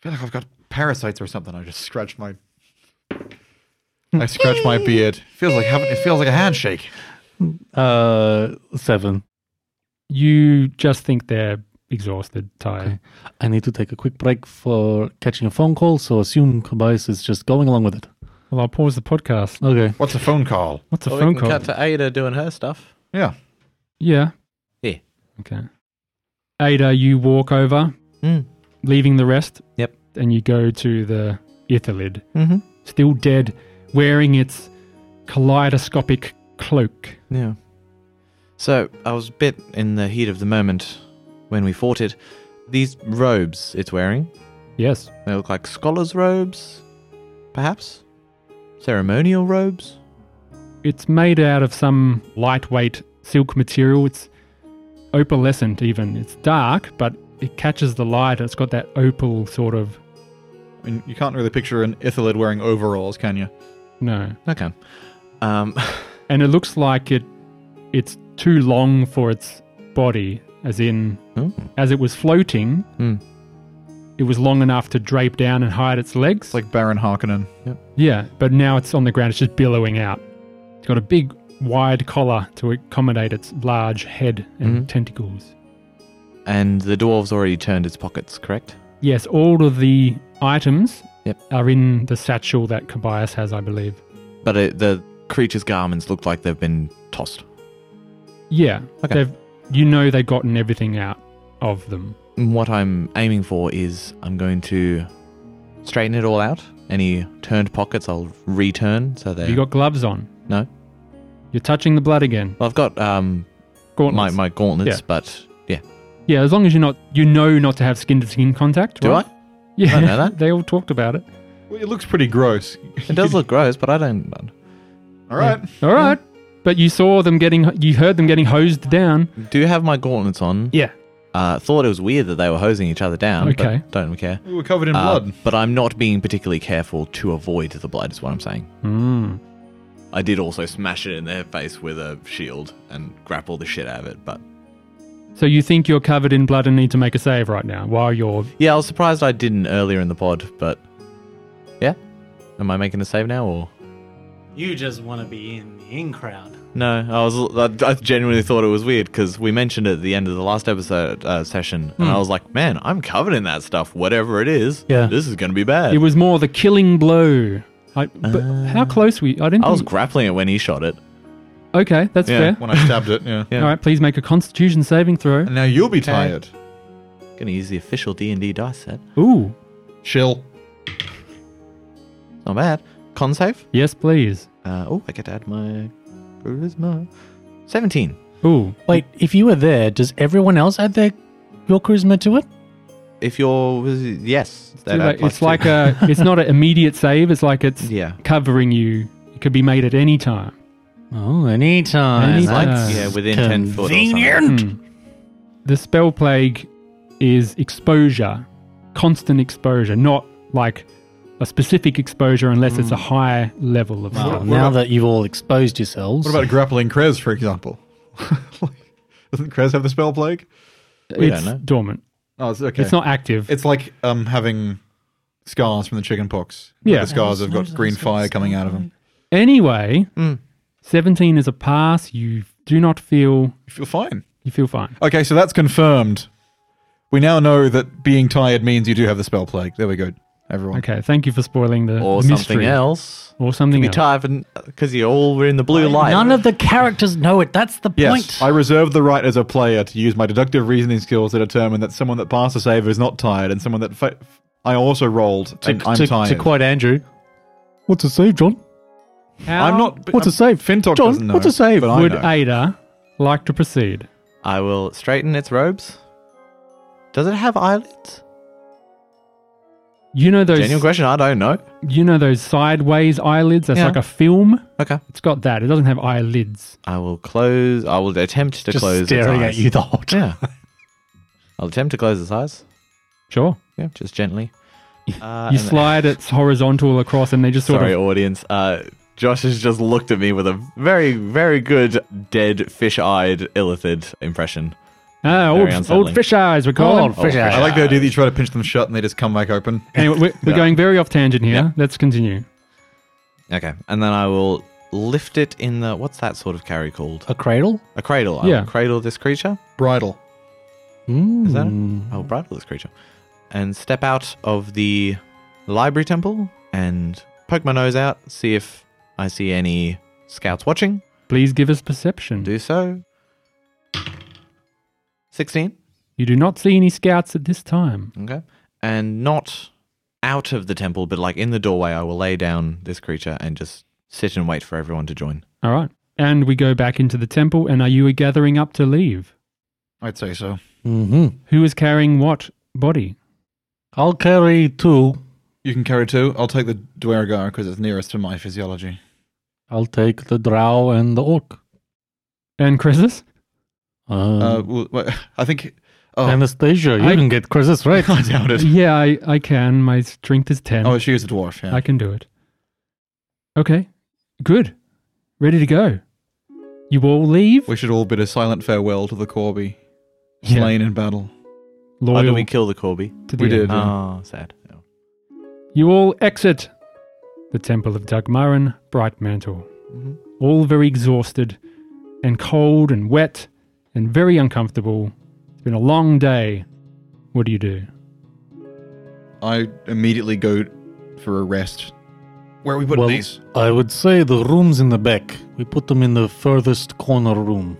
feel like I've got parasites or something. I just scratched my. I scratched my beard. Feels like having, it feels like a handshake.
Uh, seven.
You just think they're exhausted, tired.
Okay. I need to take a quick break for catching a phone call, so assume Kobayas is just going along with it.
Well, I'll pause the podcast.
Okay.
What's a phone call?
What's a
Well,
phone
we can
call?
cut to Ada doing her stuff.
Yeah.
Yeah.
Yeah.
Okay. Ada, you walk over,
Mm.
leaving the rest.
Yep.
And you go to the Ithalid,
Mm-hmm.
still dead, wearing its kaleidoscopic cloak.
Yeah. So I was a bit in the heat of the moment when we fought it. These robes it's wearing,
Yes.
they look like scholars' robes, perhaps? Ceremonial robes?
It's made out of some lightweight silk material. It's opalescent, even. It's dark, but it catches the light. It's got that opal sort of.
I mean, you can't really picture an Ithalid wearing overalls, can you?
No.
Okay. Um,
and it looks like it it's too long for its body as in
Hmm.
as it was floating
Hmm.
it was long enough to drape down and hide its legs
It's like Baron Harkonnen.
yeah but now it's on the ground it's just billowing out it's got a big wide collar to accommodate its large head and
Mhm.
tentacles
and the dwarves already turned its pockets, correct?
yes all of the items
Yep.
are in the satchel that Kobayas has i believe
But it, the creature's garments look like they've been tossed.
yeah
Okay.
they've you know they've gotten everything out of them
What I'm aiming for is I'm going to straighten it all out. Any turned pockets, I'll return so they.
you got gloves on
No.
you're touching the blood again
well, I've got um my,
Gauntlets.
my gauntlets,
Yeah.
but yeah.
Yeah, as long as you're not, you know, not to have skin to skin contact.
Do
right?
I?
Yeah,
I know that.
they all talked about it.
Well, it looks pretty gross.
It does look gross, but I don't.
All right.
All right, but you saw them getting, you heard them getting hosed down.
Do have my gauntlets on.
Yeah,
Uh, thought it was weird that they were hosing each other down.
Okay.
But don't care.
We were covered in
Uh,
blood.
but I'm not being particularly careful to avoid the blood, is what I'm saying.
mm.
I did also smash it in their face with a shield and grapple the shit out of it. But
so you think you're covered in blood and need to make a save right now while you're.
yeah, I was surprised I didn't earlier in the pod. But yeah, am I making a save now or
You just want to be in the in crowd.
no? I was I, I genuinely thought it was weird because we mentioned it at the end of the last episode uh, session,
Hmm.
and I was like, man, I'm covered in that stuff. Whatever it is,
Yeah.
this is gonna be bad.
It was more the killing blow. I, but how close were you? I didn't.
Uh, I was
think-
grappling it when he shot it.
okay, that's
Yeah,
fair.
When I stabbed it, yeah.
yeah.
All right, please make a Constitution saving throw.
And now you'll be tired.
Gonna use the official D and D dice set.
Ooh,
Chill.
Not bad. Con save.
yes, please.
Uh, oh, I get to add my charisma. Seventeen.
Ooh.
Wait, if you were there, does everyone else add their your charisma to it?
If you're yes,
It's like, it's
two.
like a. It's not an immediate save. It's like it's
yeah.
covering you. It could be made at any time.
Oh, anytime.
Anytime.
That's
Yeah,
within 10 foot or something.
convenient.
Hmm.
The spell plague is exposure, constant exposure, not like a specific exposure unless
Hmm.
it's a high level of.
Well,
spell.
now that you've all exposed yourselves,
What about grappling Krez, for example? Doesn't Krez have the spell plague?
We
It's
don't know.
dormant.
Oh, it's okay.
It's not active.
It's like um, having scars from the chicken pox.
Yeah.
The scars have got green fire coming out of them.
anyway,
Hmm.
Mm.
17 is a pass. You do not feel.
You feel fine.
You feel fine.
Okay, so that's confirmed. We now know that being tired means you do have the spell plague. There we go, everyone.
Okay, thank you for spoiling the
or
the mystery.
something else.
Or something
Be
else.
tired because you all were in the blue light.
none of the characters know it. That's the
Yes,
point.
I reserve the right as a player to use my deductive reasoning skills to determine that someone that passed a save is not tired, and someone that fa- I also rolled and I'm
to,
tired.
to quote Andrew, what's a save, John?
How
I'm not.
What's a save?
Fintok
John,
doesn't know.
what's a save?
But I
Would
know.
Ada like to proceed?
I will straighten its robes. Does it have eyelids?
You know those.
Genuine question. I don't know.
You know those sideways eyelids. That's
Yeah.
like a film.
Okay.
It's got that. It doesn't have eyelids.
I will close. I will attempt to
Just
close.
staring
its
at
eyes.
you the whole time.
Yeah. I'll attempt to close its eyes.
Sure.
Yeah, just gently. Uh,
you
and-
slide its horizontal across, and they just sort
Sorry,
of.
audience. Uh, Josh has just looked at me with a very, very good dead fish-eyed illithid impression.
Ah,
very
old,
unsettling.
old fish eyes. We're calling.
Old
Oh,
fish
I like the idea that you try to pinch them shut and they just come back open.
Anyway, we're, we're going very off tangent here.
Yeah.
Let's continue.
Okay, and then I will lift it in the what's that sort of carry called?
A cradle?
A cradle. I
Yeah.
will cradle this creature.
Bridle.
Is that it? Oh, I will bridle this creature and step out of the library temple and poke my nose out, see if I see any scouts watching.
Please give us perception.
Do so. Sixteen.
You do not see any scouts at this time.
Okay. And not out of the temple, but like in the doorway, I will lay down this creature and just sit and wait for everyone to join.
All right. And we go back into the temple. And are you gathering up to leave?
I'd say so.
Mm-hmm.
Who is carrying what body?
I'll carry two.
You can carry two. I'll take the Dwergar because it's nearest to my physiology.
I'll take the drow and the orc.
And Chrysis?
Um,
Uh, well, well, I think. Oh,
Anastasia, you
I-
can get Chris's right.
I doubt it.
Yeah, I, I can. My strength is 10.
Oh, she is a dwarf. Yeah.
I can do it. Okay. Good. Ready to go. You all leave?
we should all bid a silent farewell to the Corby,
Yeah.
slain in battle.
Why
Loyal
did Oh, we kill the Corby?
to the
we
end.
did.
Oh, sad.
You all exit the Temple of Dagmaran Brightmantle.
Mm-hmm.
All very exhausted and cold and wet and very uncomfortable. It's been a long day. What do you do?
I immediately go for a rest. Where are we putting
Well-
these?
I would say the room's in the back. We put them in the furthest corner room.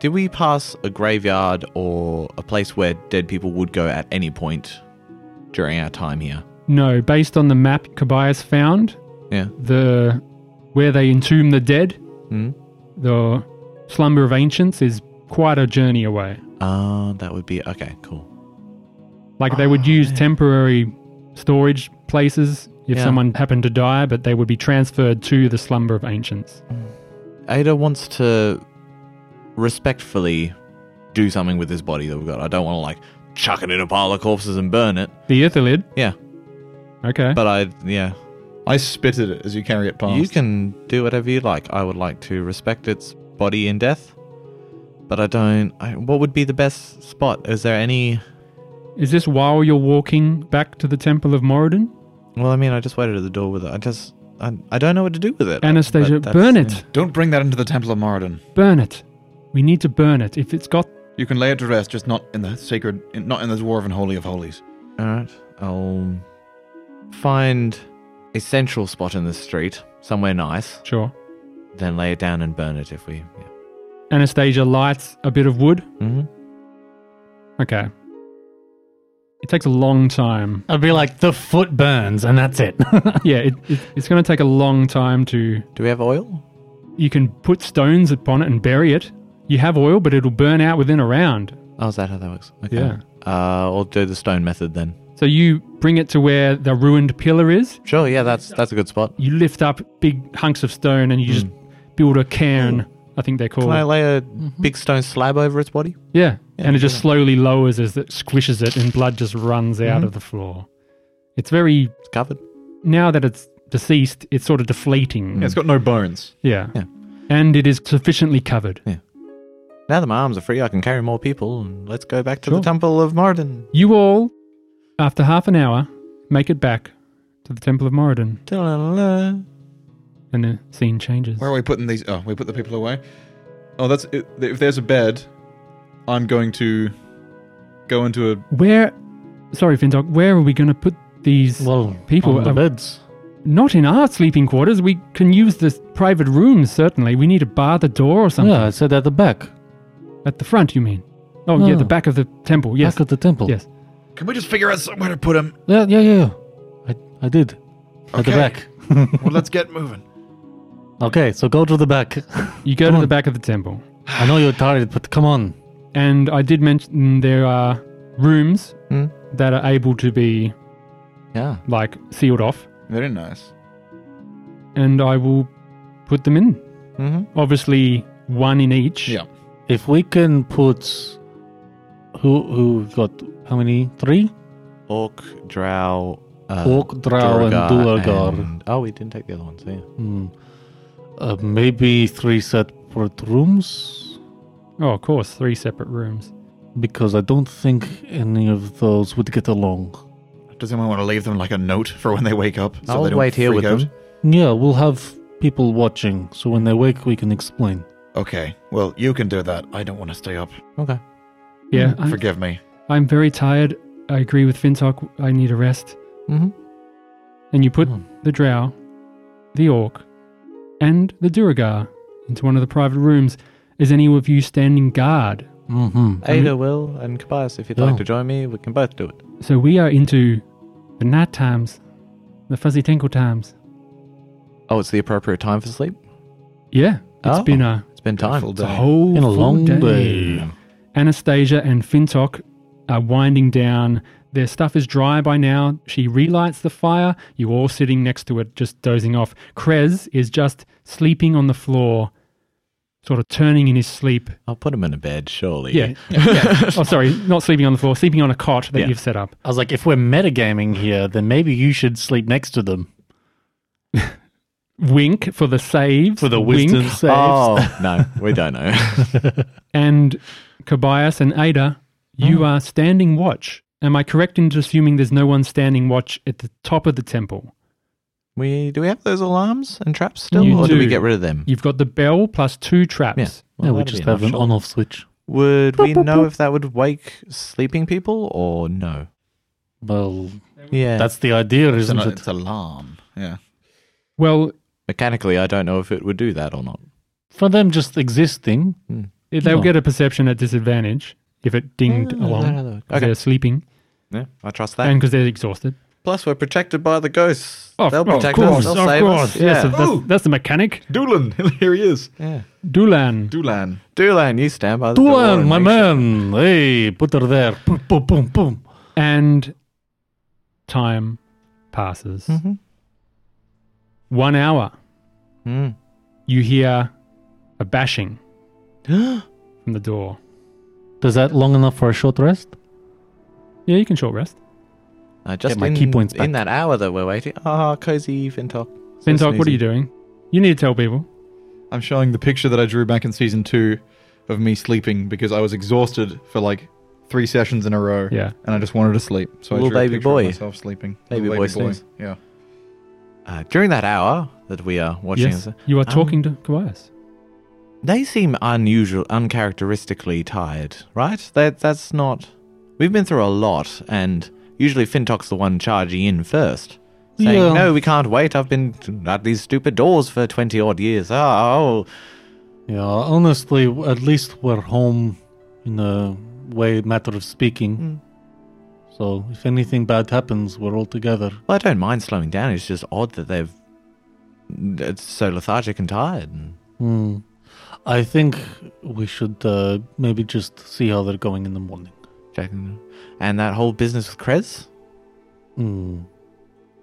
Did we pass a graveyard or a place where dead people would go at any point during our time here?
No, based on the map Kobayas found,
Yeah.
the where they entomb the dead,
Hmm?
the slumber of ancients is quite a journey away.
Ah, that would be okay. Cool.
Like they
Ah,
would use temporary storage places if
Yeah.
someone happened to die, but they would be transferred to the slumber of ancients.
Ada wants to respectfully do something with this body that we've got. I don't want to like chuck it in a pile of corpses and burn it.
The Ithalid.
Yeah,
Okay.
but I yeah.
I spit at it as you carry it past.
You can do whatever you like. I would like to respect its body in death, but I don't. I, what would be the best spot? Is there any?
Is this while you're walking back to the Temple of Moradin?
Well, I mean, I just waited at the door with it. I just, I, I don't know what to do with it.
Anastasia,
But that's-
burn it.
Don't bring that into the Temple of Moradin.
Burn it. We need to burn it. If it's got
You can lay it to rest, just not in the sacred, in, not in the dwarven holy of holies.
All right, I'll find a central spot in the street, somewhere nice,
sure.
then lay it down and burn it if we. Yeah.
Anastasia lights a bit of wood.
Mm-hmm.
Okay. It takes a long time.
I'd be like, the foot burns, and that's it.
Yeah, it, it, it's going to take a long time to.
Do we have oil?
You can put stones upon it and bury it. You have oil, but it'll burn out within a round.
Oh, is that how that works? Okay.
Yeah.
Uh, I'll do the stone method then.
So you bring it to where the ruined pillar is.
Sure. Yeah, that's that's a good spot.
You lift up big hunks of stone and you just build a cairn. I think they're called.
Can I lay a big stone slab over its body?
yeah. and it just slowly lowers as it squishes it, and blood just runs out of the floor. It's very
It's covered.
now that it's deceased. It's sort of deflating.
Yeah, it's got no bones.
Yeah.
Yeah.
And it is sufficiently covered.
Now that my arms are free, I can carry more people. And let's go back to
Sure.
the Temple of Moradin.
You all, after half an hour, make it back to the Temple of Moradin,
Da-la-la-la.
and the scene changes.
Where are we putting these? Oh, we put the people away. Oh, that's i- if there's a bed, I'm going to go into a.
Where, sorry, Fintok, where are we going to put these
Well,
people?
on the
Uh,
beds.
not in our sleeping quarters. We can use the private rooms, certainly. We need to bar the door or something.
Yeah, I said at the back,
At the front, you mean? Oh, yeah,
No.
the back of the temple. Yes.
back of the temple.
Yes.
Can we just figure out somewhere to put him?
Yeah, yeah, yeah. yeah. I, I did. At the
Okay.
back.
well, let's get moving.
Okay, so go to the back.
You go
Come
to
on.
the back of the temple.
I know you're tired, but come on.
And I did mention there are rooms
Hmm.
that are able to be,
Yeah.
like, sealed off.
Very nice.
and I will put them in.
hmm
Obviously, one in each.
Yeah.
If we can put who who got how many? Three?
Orc, Drow, uh,
Orc, Drow, and Duergar.
and- Oh, we didn't take the other one, so yeah.
Hmm. Uh, maybe three separate rooms?
Oh, of course, three separate rooms.
Because I don't think any of those would get along.
Does anyone want to leave them like a note for when they wake up?
I'll
they don't
wait here
freak
with
out?
them.
Yeah, we'll have people watching, so when they wake, we can explain.
Okay. Well, you can do that. I don't want to stay up.
Okay.
Yeah,
Mm,
I'm,
Forgive me.
I'm very tired. I agree with Fintok. I need a rest.
Mm-hmm.
hmm
And you put
Hmm.
the drow, the orc, and the duragar into one of the private rooms. Is any of you standing guard?
Mm-hmm.
Ada, Will, and Kobayas, if you'd
Oh.
like to join me, we can both do it.
So we are into the night times, the fuzzy tinkle times.
Oh, it's the appropriate time for sleep?
Yeah, it's
Oh.
been a,
It's been time.
Full
it's a
day.
whole
Been a
full
long day.
Anastasia and Fintok are winding down. Their stuff is dry by now. She relights the fire. You all sitting next to it, just dozing off. Krez is just sleeping on the floor, sort of turning in his sleep.
I'll put him in a bed, surely.
Yeah. Yeah. oh, sorry, not sleeping on the floor, sleeping on a cot that
Yeah.
you've set up.
I was like, if we're metagaming here, then maybe you should sleep next to them
Wink for the saves.
for the
wink.
wisdom saves.
Oh, no, we don't know.
And Kobayas and Ada, you are standing watch. Am I correct in assuming there's no one standing watch at the top of the temple?
we Do we have those alarms and traps still,
You
or do. we
do.
get rid of them?
You've got the bell plus two traps.
Yeah.
yeah,
Well,
we
that'd
just
be
have
enough,
an
surely.
on-off switch.
Would we know if that would wake sleeping people or no?
Well,
Yeah.
that's the idea,
It's, an,
isn't it?
it's alarm. Yeah.
Well,
mechanically, I don't know if it would do that or not.
For them just existing,
They'll
Oh.
get a perception at disadvantage if it dinged along.
Okay.
They're sleeping
Yeah, I trust
and
that.
and because they're exhausted.
plus, we're protected by the ghosts.
Oh,
They'll
oh, of
protect
course,
us. They'll
of
save
course.
us.
Yes,
Yeah.
that's, that's the mechanic.
Doolan, here he is.
yeah.
Dulan.
Doolan.
Doolan, you stand by the door
Duan,
and
my
make sure-
man. Hey, put her there. Boom, boom, boom, boom.
And time passes.
Mhm.
One hour.
Mm.
You hear a bashing from the door.
Does that long enough for a short rest?
Yeah, you can short rest.
Uh, just
my
in,
key points
in
back.
that hour that we're waiting. Ah, cozy Fintok. So
Fintok, what are
sneezy.
you doing? You need to tell people.
I'm showing the picture that I drew back in season two of me sleeping because I was exhausted for like three sessions in a row.
Yeah.
And I just wanted to sleep. So I
Little
drew
baby
a picture
boy.
of myself sleeping.
Baby
Little
boy sneeze.
Yeah.
Uh, during that hour that we are watching,
yes.
this-
You are
Um,
talking to Kobayas.
they seem unusual, uncharacteristically tired, right? That that's not. We've been through a lot, and usually Fintok's the one charging in first, saying,
Yeah.
"No, we can't wait. I've been at these stupid doors for twenty odd years. Oh,
Yeah, honestly, at least we're home in a way, matter of speaking. So if anything bad happens, we're all together.
well, I don't mind slowing down. It's just odd that they've it's so lethargic and tired.
Hmm. I think we should uh, maybe just see how they're going in the morning.
Jack, and that whole business with Krez.
Hmm.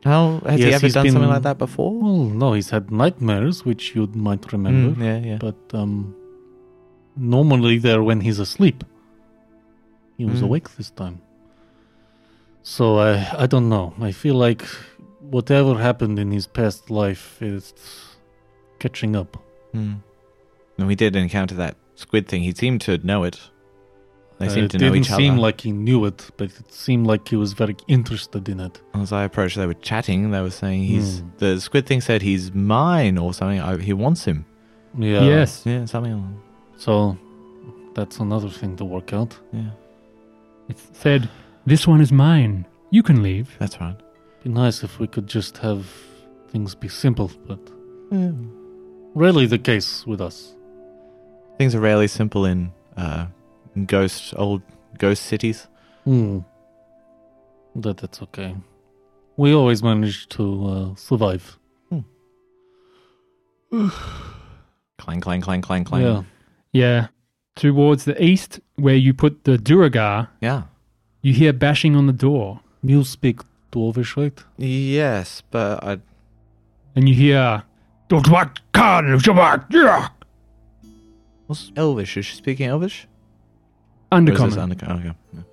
How has
Yes,
he ever
he's
done
been-
something like that before?
Well, no, he's had nightmares, which you might remember.
Mm, yeah, yeah.
But um, normally they're when he's asleep. He was
Mm.
awake this time. So I, I don't know. I feel like whatever happened in his past life is catching up.
Mm. And we did encounter that squid thing. He seemed to know it. They
Uh,
seemed
it
to
didn't
know each other.
seem like he knew it, but it seemed like he was very interested in it.
As I approached, they were chatting. They were saying he's
Mm.
the squid thing said he's mine or something. I, he wants him.
Yeah.
Yes.
Yeah, something. along-
So that's another thing to work out.
Yeah,
It said, This one is mine. You can leave.
that's right.
Be nice if we could just have things be simple, but
Yeah.
rarely the case with us.
Things are rarely simple in uh, ghost old ghost cities.
Hmm. But that's okay. We always manage to uh, survive.
Clang, clang, clang, clang, clang.
Yeah.
Yeah. Towards the east, where you put the Duragar,
yeah.
you hear bashing on the door.
You speak Dwarvish, right?
Yes, but I
And you hear, "Dogwak Khan, Shabak, yeah."
what's Elvish? Is she speaking Elvish? Or is this
Undercommon.
Undercommon. Okay. Yeah.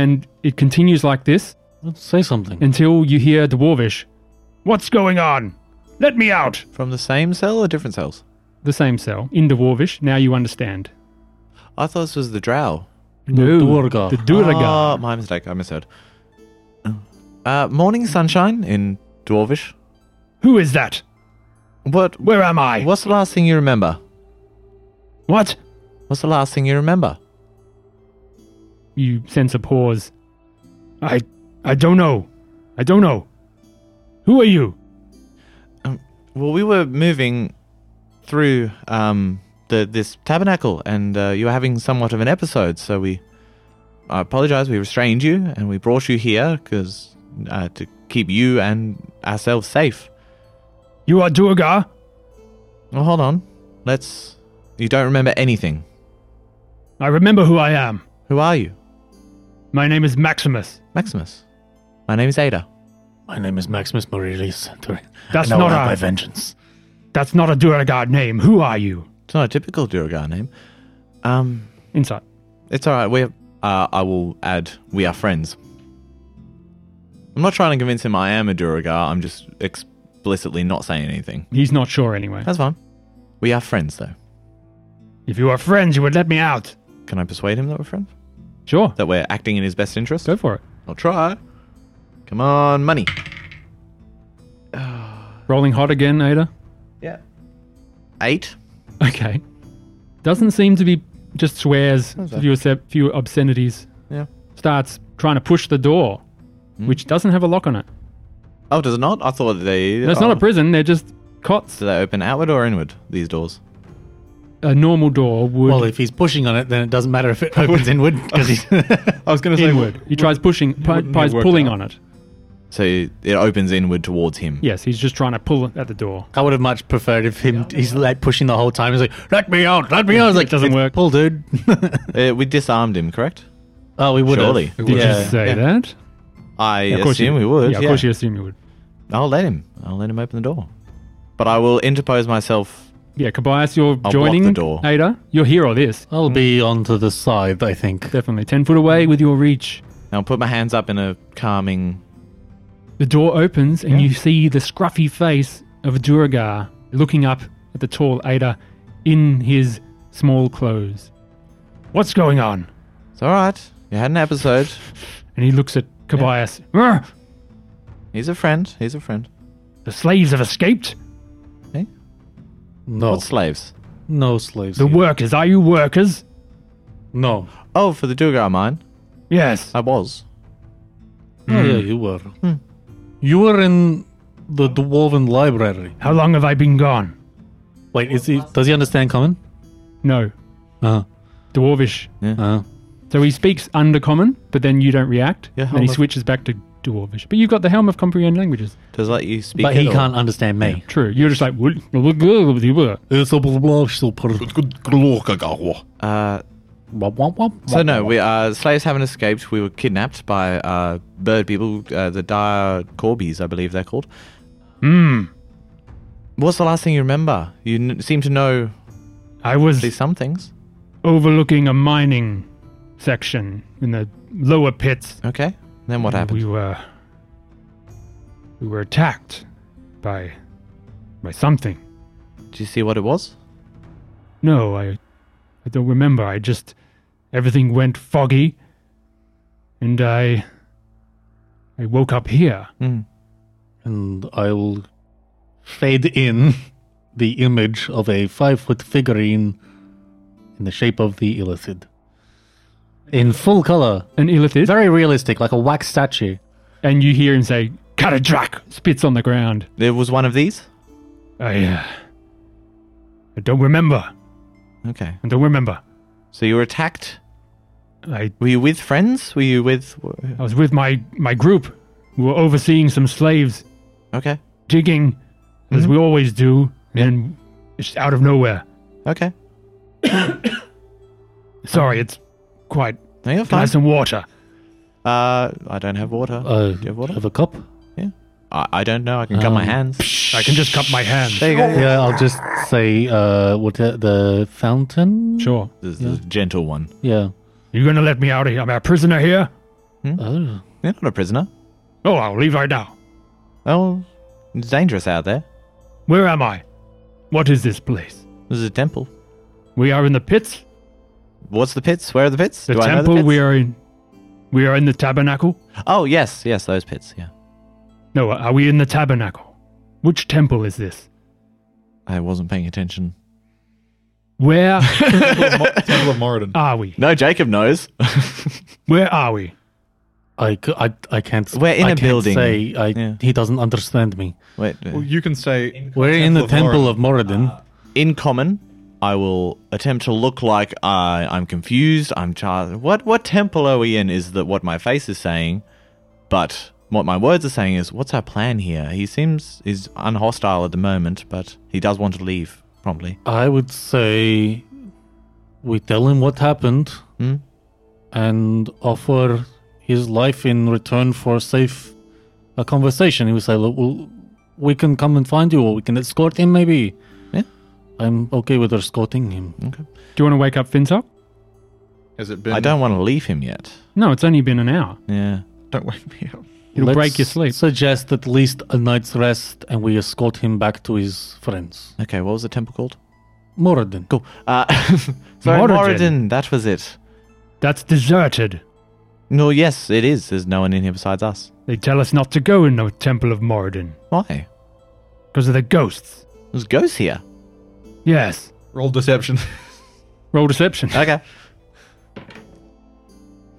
And it continues like this
Let's say something.
until you hear Dwarvish. What's going on? Let me out!
From the same cell or different cells?
The same cell, in Dwarvish, now you understand.
I thought this was the Drow.
Dwargar.
The Duragar.
Oh, my mistake. I misheard. Uh, morning sunshine in Dwarvish.
Who is that?
What?
Where am I?
What's the last thing you remember?
What?
What's the last thing you remember?
You sense a pause. I. I don't know. I don't know. Who are you?
Um, Well, we were moving through um, the this tabernacle, and uh, you were having somewhat of an episode. So we, I apologize. We restrained you, and we brought you here because uh, to keep you and ourselves safe.
You are Durgar?
Well, hold on. Let's. You don't remember anything.
I remember who I am.
Who are you,
My name is Maximus.
Maximus? My name is Ada.
My name is Maximus Morelius.
That's
and I will
not
have my
a.
vengeance.
That's not a Duragar name. Who are you?
It's not a typical Duergar name. Um,
Insight.
It's all right. We, uh, I will add, we are friends. I'm not trying to convince him I am a Duragar. I'm just explicitly not saying anything.
He's not sure anyway.
That's fine. We are friends, though.
If you were friends, you would let me out.
Can I persuade him that we're friends?
Sure.
That we're acting in his best interest?
Go for it.
I'll try. Come on, money.
Rolling hot again, Ada.
Eight.
Okay. Doesn't seem to be just swears, a few, obsc- few obscenities.
Yeah.
Starts trying to push the door, which doesn't have a lock on it.
Oh, does it not? I thought they.
That's
oh.
not a prison. They're just cots.
Do they open outward or inward, these doors?
A normal door would
Well, if he's pushing on it, then it doesn't matter if it opens inward because he's.
I was going to say
inward. He tries pushing, pi-
wouldn't
tries
have worked
pulling
out.
on it.
So it opens inward towards him.
Yes, he's just trying to pull at the door.
I would have much preferred if him he's like pushing the whole time. He's like, "Let me out! Let me out!" It's like
doesn't
it's
work.
Pull, dude.
Uh, we disarmed him, correct?
Oh, we would
Surely.
have.
Did
Yeah.
you say
yeah.
that?
I
Yeah,
assume we would.
Yeah, of course you assume you would.
I'll let him. I'll let him open the door. But I will interpose myself.
Yeah, Kobayas, you're
block
joining
the door.
Ada. You're here or this.
I'll be onto the side, I think.
Definitely. 10 foot away with your reach.
and I'll put my hands up in a calming.
The door opens and you see the scruffy face of Duragar looking up at the tall Ada in his small clothes. What's going on?
It's all right. You had an episode.
And he looks at Kobayas. "Rrr!
He's a friend. He's a friend.
The slaves have escaped?
No,
What slaves?
no slaves.
The
here.
workers, are you workers?
no.
Oh, for the Dugar mine.
Yes.
I was.
Oh, yeah, you were. You were in the dwarven library.
How long have I been gone?
Wait, is he? Does he understand common?
No,
Uh-huh.
Uh,
Dwarvish.
uh.
So he speaks undercommon, but then you don't react.
Yeah,
and then he
hold on.
switches back to Dwarvish. But you've got the Helm of Comprehend Languages.
Does it let you speak?
but
it
he
or-
can't understand me.
True. You're just like, "Wool- wool- wool- wool- wool."
Uh,
Womp, womp, womp,
so
womp,
no,
womp.
we uh, slaves haven't escaped. We were kidnapped by uh, bird people, uh, the dire corbies, I believe they're called.
Hmm.
What's the last thing you remember? You n- seem to know
I
at least
was
some things.
overlooking a mining section in the lower pits.
Okay. Then what
We
happened?
were we were attacked by by something.
Did you see what it was?
No, I I don't remember. I just everything went foggy and I I woke up here.
Mm.
and I'll fade in the image of a five foot figurine in the shape of the Illithid. In full color.
And Elith is
Very realistic, like a wax statue.
and you hear him say, Karadrak spits on the ground.
There was one of these.
I uh, I don't remember.
Okay.
I don't remember.
So you were attacked.
I
Were you with friends? Were you with?
I was with my my group. We were overseeing some slaves
Okay.
digging, as we always do, and it's just out of nowhere.
Okay.
Sorry, it's quite
No, you're
Can I
fine.
have some water.
Uh, I don't have water.
Uh,
you have water?
a cup?
I, I don't know. I can cut my
Um,
hands.
I can just cup my hands.
There you go.
Yeah, I'll just say uh, what uh, the fountain.
Sure.
This is a gentle one.
Yeah.
You gonna let me out of here? I'm a prisoner here.
Oh,
You're not a prisoner.
Oh, I'll leave right now.
Oh, it's dangerous out there.
Where am I? What is this place?
This is a temple.
We are in the pits.
What's the pits? Where are the pits?
The
Do I know
temple
the pits?
we are in. We are in the tabernacle.
Oh yes, yes, those pits. Yeah.
No, are we in the tabernacle? Which temple is this?
I wasn't paying attention.
Where
Temple of Moradin.
are we?
No, Jacob knows.
Where are we?
I, c- I, I can't.
We're in a
I can't
building.
Say, I,
Yeah.
He doesn't understand me.
Wait.
Well, you can say
We're in the Temple
Moradin.
of Moradin.
In common, I will attempt to look like I I'm confused. I'm char- What what temple are we in? Is that what my face is saying? But what my words are saying is, what's our plan here? He seems is unhostile at the moment, but he does want to leave promptly.
Uh, I would say we tell him what happened
Hmm?
and offer his life in return for safe a conversation. He would say, "Look, we'll, we can come and find you, or we can escort him, maybe."
Yeah.
I'm okay with escorting him.
Do you want to wake up Fintok?
Has it been?
I don't want to leave him yet.
No, it's only been an hour.
Yeah.
Don't wake me up.
It'll
Let's
break your sleep.
Suggest at least a night's rest, and we escort him back to his friends.
Okay. What was the temple called?
Moradin.
Cool. Uh, sorry,
Moradin.
Moradin. That was it.
That's deserted.
No, yes, it is. There's no one in here besides us.
They tell us not to go in the temple of Moradin
Why?
because of the ghosts.
There's ghosts here.
Yes.
Roll deception.
Roll deception.
Okay.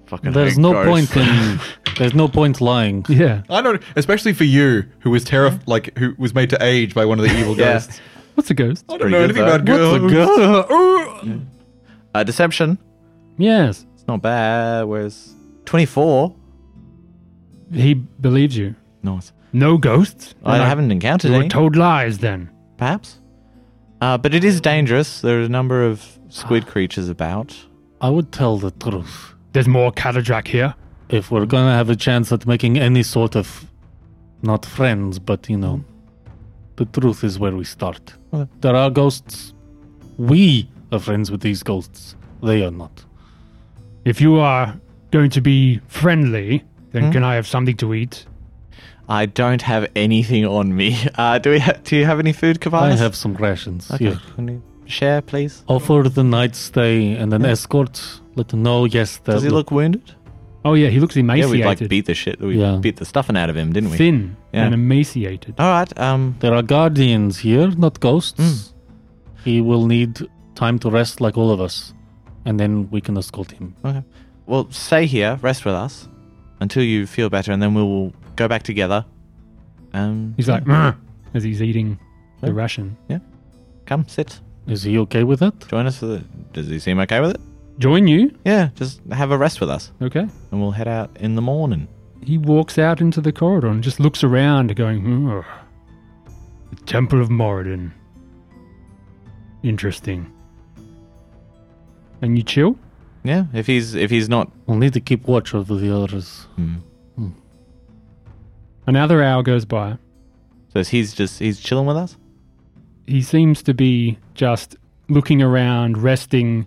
Fucking
There's
big
no
ghost.
point in. There's no point lying.
yeah.
I don't, especially for you, who was terrified, like who was made to age by one of the evil
Yeah.
ghosts.
What's a ghost?
I don't
Pretty
know
good,
anything about
though.
ghosts.
Uh, deception.
Yes.
It's not bad. Where's 24?
He believes you.
Nice.
No ghosts?
I
Then
haven't encountered
You were
any,
told lies then.
perhaps. Uh, but it is dangerous. There are a number of squid creatures about.
I would tell the truth.
There's more Catadrak here.
if we're gonna have a chance at making any sort of not friends, but you know, the truth is where we start.
Okay.
There are ghosts. We are friends with these ghosts. They are not.
If you are going to be friendly, then
Hmm?
can I have something to eat?
I don't have anything on me. Uh, do we? Ha- do you have any food,
I
Kavalis?
have some rations
Okay.
here.
Can you share, please?
Offer the night stay and an escort. Let them know. Yes, that
Does he look wounded?
Oh, yeah, he looks
Yeah,
emaciated.
we like beat the shit. We
Yeah.
beat the stuffing out of him, didn't we?
Thin
Yeah.
and emaciated.
All right. Um.
there are guardians here, not ghosts.
Mm.
He will need time to rest, like all of us, and then we can escort him.
Okay. Well, stay here, rest with us until you feel better, and then we'll go back together. Um.
He's like, "Meh," as he's eating the
Yeah.
ration.
come sit.
Is he okay with that?
Join us for the. Does he seem okay with it?
Join you?
Yeah, just have a rest with us,
Okay.
and we'll head out in the morning.
he walks out into the corridor and just looks around, going, hmm, the Temple of Moradin. Interesting. And you chill?
Yeah, if he's if he's not
We'll need to keep watch over the others.
Another hour goes by.
so is he's just he's chilling with us?
He seems to be just looking around, resting,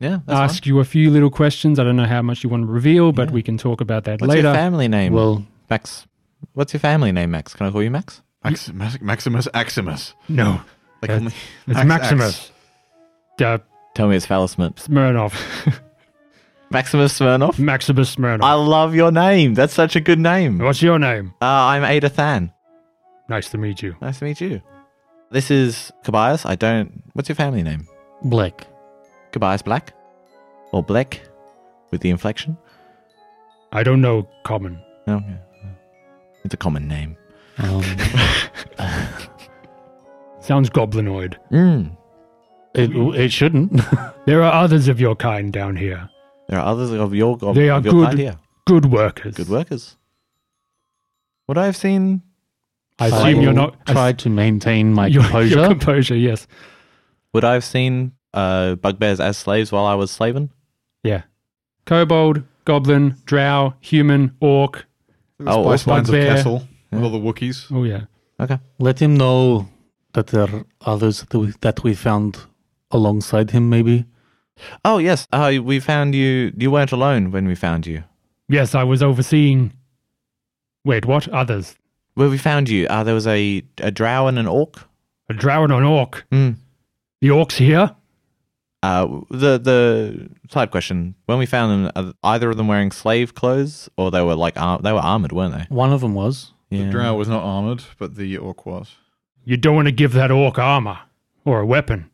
Yeah.
ask you a few little questions. I don't know how much you want to reveal, but we can talk about that
What's
later.
your family name?
Well,
Max. What's your family name, Max? Can I call you Max?
Max, Max, Maximus Aximus.
no,
Like
That's-
only-
it's
Max
Maximus. Uh,
Tell me it's Phallus
Smirnov.
Maximus Smirnov.
Maximus Smirnov.
I love your name. That's such a good name. Uh,
What's your name?
I'm Ada Than.
Nice to meet you.
Nice to meet you. This is Kobayas. I don't. What's your family name?
Black.
Kobayas Black? Or Black? With the inflection?
I don't know common.
No. yeah, yeah. It's a common name.
Um,
Sounds goblinoid.
Mm.
it, it shouldn't.
There are others of your kind down here.
There are others of your, of,
They are
of your
good-
kind here.
Good workers.
Good workers. Would I have seen
I
I
assume
will
you're not. I
Try to maintain my
your,
composure.
Your composure, yes.
Would I have seen uh, bugbears as slaves while I was slaving?
Kobold, goblin, drow, human, orc.
Oh,
Spice
or
Lines of
bugbear.
Kessel with all the Wookiees.
Oh, yeah.
Let him know that there are others that we, that we found alongside him, maybe.
Oh yes, uh, we found you. You weren't alone when we found you.
Yes, I was overseeing. Wait, what? Others.
Where we found you, uh, there was a a drow and an orc.
A drow and an orc.
Hmm.
The orc's here?
Uh, the the side question: When we found them, are either of them wearing slave clothes, or they were like ar- they were armored, weren't they?
One of them was.
Yeah.
The drow was not armored, but the orc was.
You don't want to give that orc armor or a weapon.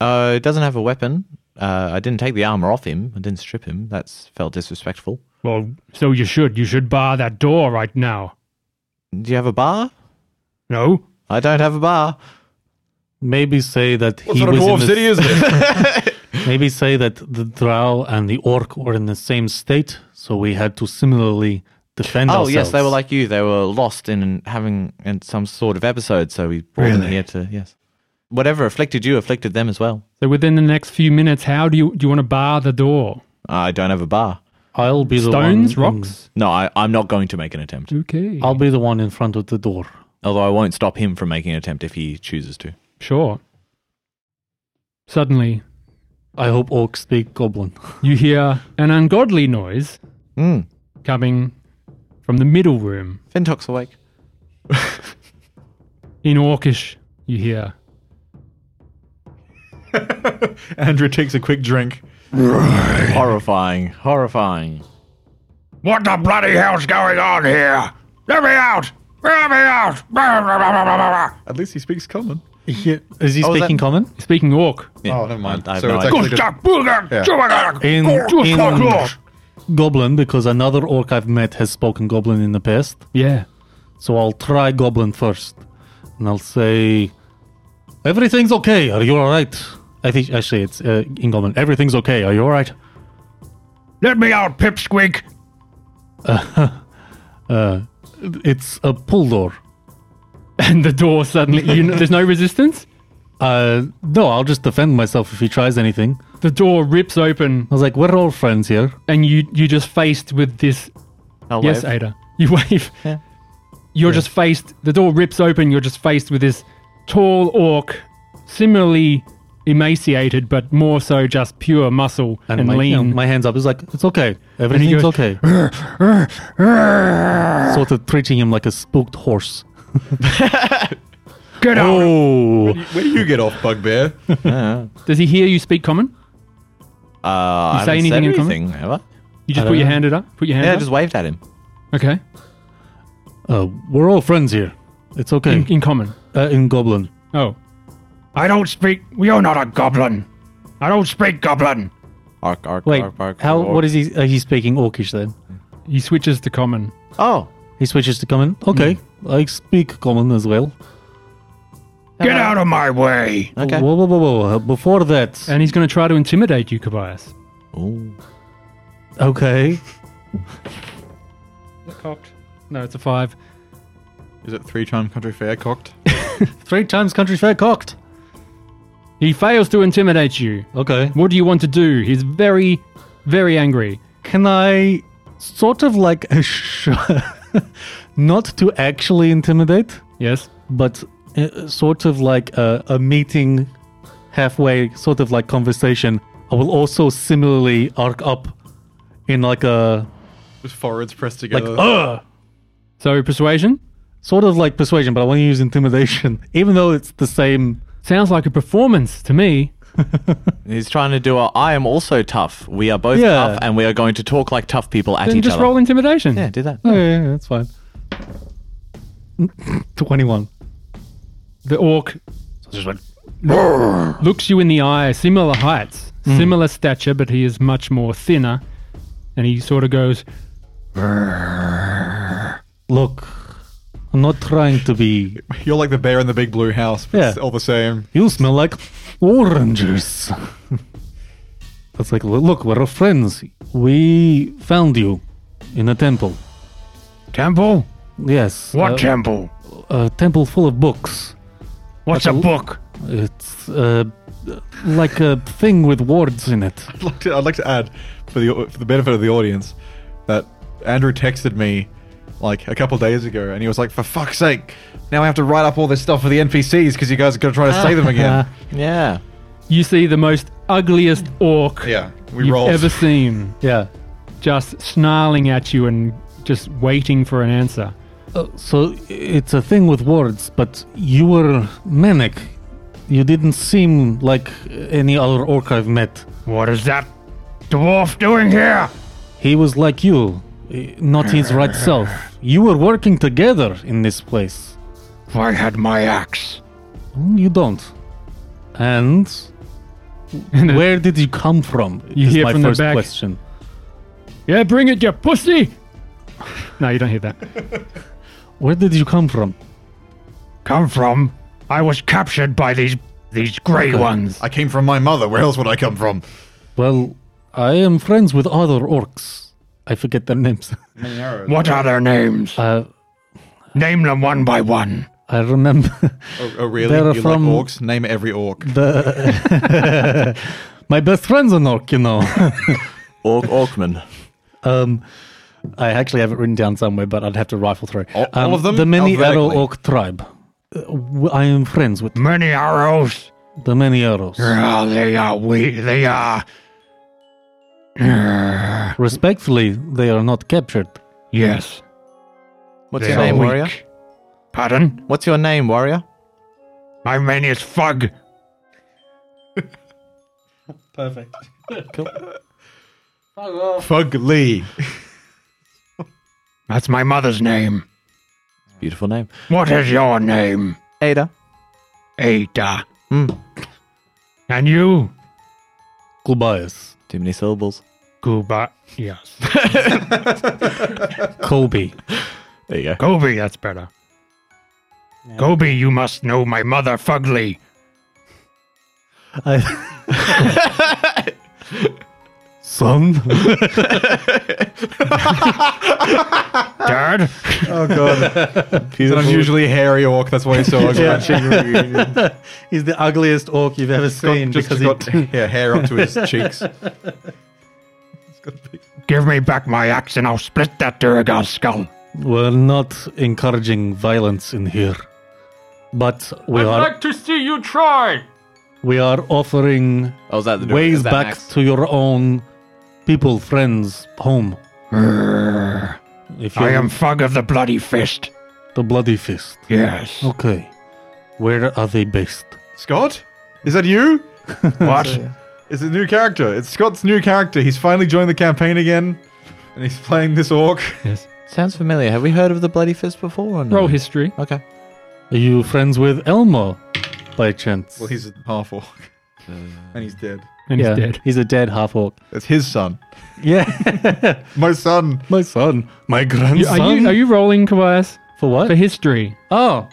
Uh, it doesn't have a weapon. Uh, I didn't take the armor off him. I didn't strip him. That's felt disrespectful.
Well, so you should. You should bar that door right now.
Do you have a bar?
No?
I don't have a bar.
Maybe say that he was in the, Maybe say that the drow and the orc were in the same state, so we had to similarly defend
Oh
ourselves.
yes, they were like you. They were lost in having in some sort of episode, so we brought them here to yes. Whatever afflicted you afflicted them as well.
So within the next few minutes, how do you do you want to bar the door?
I don't have a bar.
I'll be
Stones,
the one in-
rocks?
No, I, I'm not going to make an attempt.
Okay.
I'll be the one in front of the door.
Although I won't stop him from making an attempt if he chooses to.
Sure. Suddenly,
I hope orcs speak goblin.
you hear an ungodly noise
Hmm.
coming from the middle room.
Fintok's awake.
In Orcish, you hear.
Andrew takes a quick drink.
Horrifying. Horrifying.
Oh,
What the bloody hell's going on here? Let me out! Let me out! Blah, blah, blah, blah, blah, blah.
At least he speaks common.
Oh, Is he
was
speaking common?
Speaking Orc,
Oh, never mind.
I- I have
so
no
it's
idea.
actually just-
Gustav Bugan, Jubagan,
In,
Gustav
in
Bugan.
goblin, because another orc I've met has spoken goblin in the past.
yeah.
So I'll try goblin first, and I'll say, "Everything's okay. Are you all right?" I think actually it's uh, in goblin. Everything's okay. Are you all right?
Let me out, pipsqueak!
Uh, It's a pull door.
And the door suddenly. You know, there's no resistance?
Uh, no, I'll just defend myself if he tries anything.
The door rips open,
I was like, "We're all friends here."
and you, you're just faced with this.
I'll
Yes,
wave.
Ada. You wave.
Yeah.
You're just faced. The door rips open, you're just faced with this tall Orc, similarly emaciated, but more so just pure muscle and,
my,
lean.
you know, my hands up. It's like, "It's okay. Everything's
goes,
okay." sort of treating him like a spooked horse.
Get out!
Oh,
Where do you get off, bugbear?
Does he hear you speak common?
Uh, I
say
haven't
anything in
said
common?
anything, have I?
You just put
I don't
your
know.
hand it up. Put your hand
Yeah, I
up.
just waved at him.
okay.
uh, we're all friends here. It's okay.
In, in common.
uh, in goblin.
Oh,
I don't speak. You're not a goblin. I don't speak goblin.
Arc, arc,
Wait,
arc, arc.
how?
arc.
What is he? Are he speaking Orcish then?
he switches to common.
Oh.
He switches to common. Hmm. Okay, I speak common as well.
Get out of my way.
Okay.
Whoa, whoa, whoa, whoa! uh, Before that,
And he's going to try to intimidate you, Kobayas.
Ooh.
okay.
Not cocked. No, it's a five.
Is it three time country fair cocked?
Three times country fair cocked.
He fails to intimidate you.
Okay.
What do you want to do? He's very, very angry.
Can I sort of like assure, not to actually intimidate,
Yes.
but uh, sort of like a, a meeting halfway, sort of like conversation. I will also similarly arc up in like a
Just forwards pressed
like
together.
uh
So persuasion
sort of like persuasion, but I want to use intimidation, even though it's the same.
sounds like a performance to me.
He's trying to do a I am also tough. We are both
Yeah.
tough and we are going to talk like tough people at
Then
each
just
other.
roll intimidation.
yeah, do that.
Oh, yeah, yeah, that's fine. Twenty-one.
The orc looks you in the eye, similar heights, similar stature, but he is much more thinner. And he sort of goes,
Look, I'm not trying to be.
You're like the bear in the big blue house, but
Yeah.
it's all the same.
You smell like oranges. That's like, look, we're friends. We found you in a temple.
Temple? Uh,
Yes.
What
a-
temple?
a temple full of books.
What's a book?
It's uh, like a thing with words in it.
I'd like to, I'd like to add, for the for the benefit of the audience, that Andrew texted me like a couple days ago, and he was like, "For fuck's sake, now I have to write up all this stuff for the NPCs because you guys are going to try to say them again."
Yeah.
You see the most ugliest orc
yeah, we
you've
rolled.
ever seen,
Yeah.
just snarling at you and just waiting for an answer.
Uh, so it's a thing with words, but you were manic. You didn't seem like any other orc I've met.
What is that dwarf doing here?
He was like you, eh, not his right self. You were working together in this place.
If I had my axe,
Mm, You don't. And where did you come from?
You
is
hear
my
from the
first
back.
question.
Yeah, bring it, you pussy! no, you don't hear that.
Where did you come from?
come from? I was captured by these these grey ones.
I came from my mother. Where else would I come from?
Well, I am friends with other orcs. I forget their names.
What are their names?
Uh,
Name them one by one.
I remember
Oh, oh really?
They're
you
from-
like orcs? Name every orc.
the my best friend's an orc, you know.
Orc Orkman.
um, I actually have it written down somewhere, but I'd have to rifle through.
All- all
Um,
of them? Oh,
The many arrow
Alphabetically.
orc tribe. Uh, w- I am friends with
Many arrows.
the many arrows.
Ah, they are we. They are. Ah,
Respectfully, they are not captured.
yes.
What's
they
your
are
name,
weak.
warrior?
Pardon?
What's your name, warrior?
My name is Fug.
Fug Lee.
That's my mother's name.
Beautiful name.
What is your name?
Ada.
Ada.
Hmm.
And you?
Gulbias,
Too many syllables.
Kuba. Yes.
Colby.
There you go.
Gobi, that's better. Gobi, you must know my mother, Fugly.
I- Son,
Dad?
Oh god. He's an unusually hairy orc. That's why he's so ugly.
he's the ugliest orc you've ever seen
Just
because
got
he
yeah, hair up to his cheeks.
Give me back my axe and I'll split that Duragar skull.
we're not encouraging violence in here, but we are
to see you try!
we are offering
Oh, is that the
ways
is that
back
Max?
to your own people, friends, home. if
I am Fug of the Bloody Fist.
the bloody fist.
Yes.
Oh,
Okay, where are they based?
Scott? Is that you?
what?
It's a new character. It's Scott's new character. He's finally joined the campaign again, and he's playing this orc.
Sounds familiar. Have we heard of the Bloody Fist before or no?
Roll history.
Okay.
Are you friends with Elmo, by chance?
Well, he's a half orc,
Uh.
and he's dead.
And
yeah,
he's dead.
he's a dead half orc.
It's his son.
Yeah,
My son.
my son, my
You-
grandson.
are, you, are you rolling, Kobayas?
For what?
For history.
oh,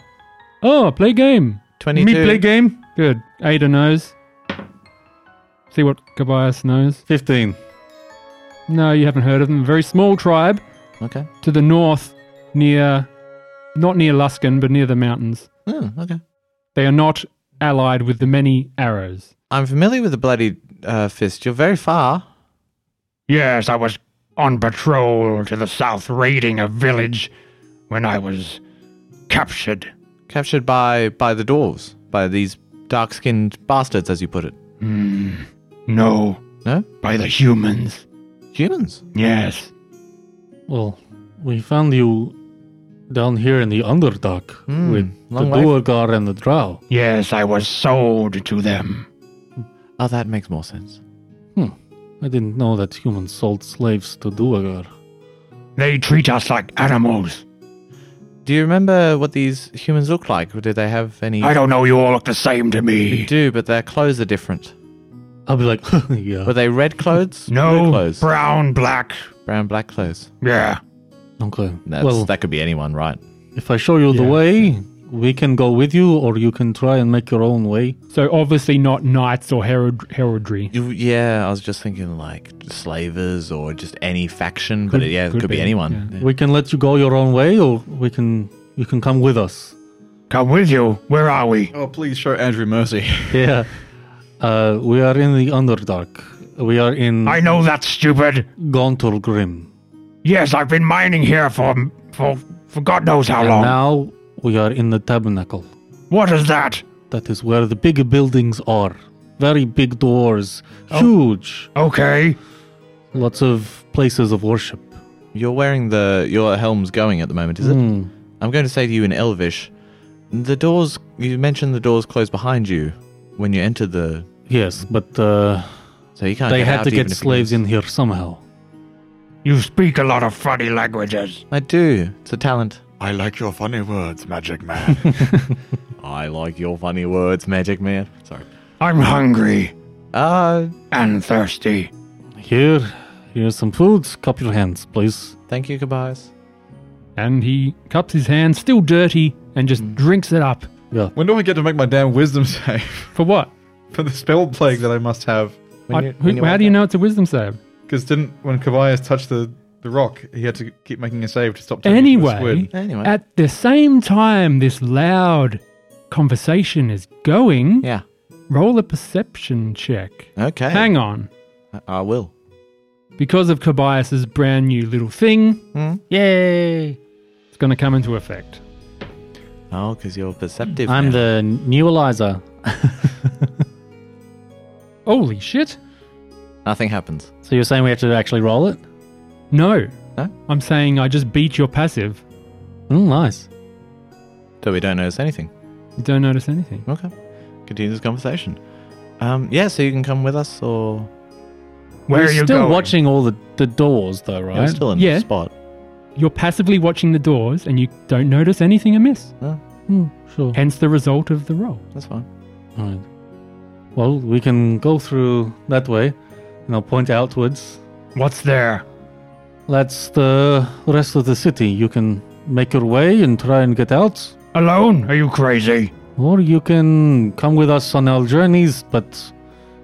Oh, play game.
22.
game.
Good. Ada knows. See what Kobayas knows.
Fifteen.
No, you haven't heard of them. Very small tribe.
Okay.
to the north, near, not near Luskin, but near the mountains.
Oh, okay.
They are not allied with the many arrows.
I'm familiar with the bloody uh, fist. You're very far.
Yes, I was on patrol to the south raiding a village when I was captured.
Captured by by the dwarves, by these dark-skinned bastards, as you put it.
Hmm. No,
No
by the humans.
humans.
Yes.
Well, we found you down here in the Underdark with the
long way.
Duergar and the Drow.
Yes, I was sold to them.
Oh, that makes more sense.
I didn't know that humans sold slaves to Duergar.
They treat us like animals.
Do you remember what these humans look like? Or did they have any?
I don't know, you all look the same to
They
me.
do, but their clothes are different.
I'll be like, yeah,
Were they red clothes? Blue
No,
clothes.
brown, black.
brown, black clothes.
Yeah.
okay.
That's,
well,
that could be anyone, right?
if I show you the
Yeah.
way, we can go with you, or you can try and make your own way.
So obviously not knights or herald- heraldry.
You, yeah, I was just thinking like slavers or just any faction, but
Could-
yeah, it
could
could be,
be,
anyone. Yeah.
We can let you go your own way, or we can you can come with us.
Come with you. Where are we?
Oh, please show Andrew mercy.
Yeah, uh, we are in the Underdark. We are in
I know that's stupid.
Gontor Grim.
Yes, I've been mining here for for for God knows how
and
long.
now we are in the Tabernacle.
what is that?
That is where the big buildings are. Very big doors, huge,
Okay.
lots of places of worship.
You're wearing the your helm's going at the moment, is it?
Hmm.
I'm going to say to you in Elvish, the doors. You mentioned the doors closed behind you when you entered the.
Yes, but uh,
So you can't.
they
get
had
out
to
even
get
if you
slaves
use-
in here somehow.
You speak a lot of funny languages.
I do. It's a talent.
I like your funny words, Magic Man.
I like your funny words, magic man. Sorry.
I'm hungry
Uh,
and thirsty.
Here, here's some food. Cup your hands, please.
thank you, goodbyes.
And he cups his hand, still dirty, and just drinks it up.
when do I get to make my damn wisdom save
For what?
for the spell plague that I must have?
I- who- how do you know it's a wisdom save?
Because didn't when Kavias touched the, the rock, he had to keep making a save to stop. turning into a
Anyway,
squid.
Anyway.
Uh,
at the same time this loud conversation is going,
yeah.
roll a perception check.
Okay.
Hang on.
I- I will.
Because of Kobayas's brand new little thing,
Hmm?
yay, it's going to come into effect.
Oh, because you're perceptive.
I'm
now.
the new Eliza.
Holy shit.
Nothing happens.
So you're saying we have to actually roll it?
No.
No?
I'm saying I just beat your passive.
Mm, nice.
So we don't notice anything.
You don't notice anything.
Okay. Continue this conversation. Um, yeah, so you can come with us or
Where
We're
are you
still
going?
watching all the, the doors, though,
you're
right?
still in
Yeah.
the spot.
You're passively watching the doors and you don't notice anything amiss.
Hmm, sure.
Hence the result of the roll.
That's fine.
All right. Well, we can go through that way, and I'll point outwards.
What's there?
That's the rest of the city. You can make your way and try and get out,
Alone? Are you crazy?
or you can come with us on our journeys. But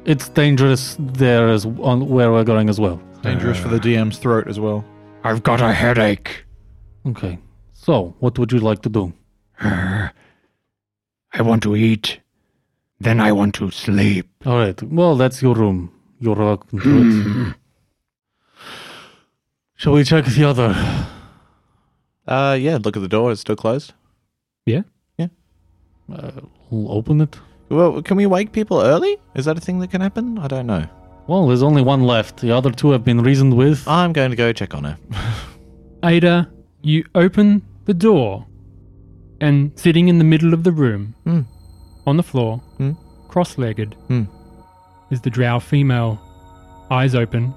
it's dangerous there as on where we're going as well.
Dangerous for the DM's throat as well.
I've got a headache.
Okay. So, what would you like to do?
I want to eat. Then I want to sleep.
All right. Well, that's your room. You're welcome to it. Shall we check the other?
Uh, yeah, look at the door. It's still closed.
Uh, we'll open it.
Well, can we wake people early? Is that a thing that can happen? I don't know.
Well, there's only one left. The other two have been reasoned with.
I'm going to go check on her.
Ada, you open the door and sitting in the middle of the room
Hmm.
on the floor,
Hmm.
cross legged,
Hmm.
is the drow female, eyes open,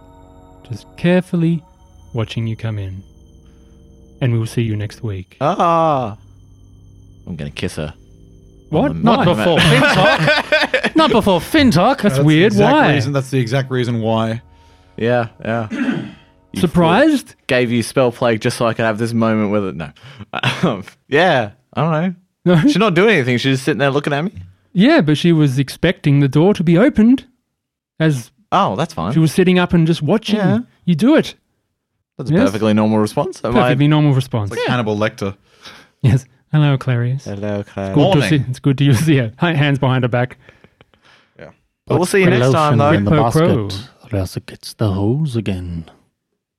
just carefully watching you come in. And we will see you next week.
Ah, I'm going to kiss her.
what?
on the
Not
mic.
before.
FinTalk. Not before FinTalk. That's,
That's weird.
Exact
Why?
Reason, that's the exact reason why.
Yeah, yeah. You
Surprised?
fool. Gave you spell plague just so I could have this moment with it. No. Um, yeah, I don't know.
No.
She's not doing anything. She's just sitting there looking at me.
Yeah, but she was expecting the door to be opened as
Oh, that's fine.
she was sitting up and just watching
Yeah.
you do it.
That's a
Yes.
perfectly normal response. Am I-
Perfectly normal response.
Like Hannibal Lecter.
Yes. Hello, Clarice.
Hello, Claire.
Good to
Morning.
see, it's good to see you. Hi- Hands behind her back.
But we'll see you next time, though.
in the
Quid pro quo.
basket, or else it gets the hose again.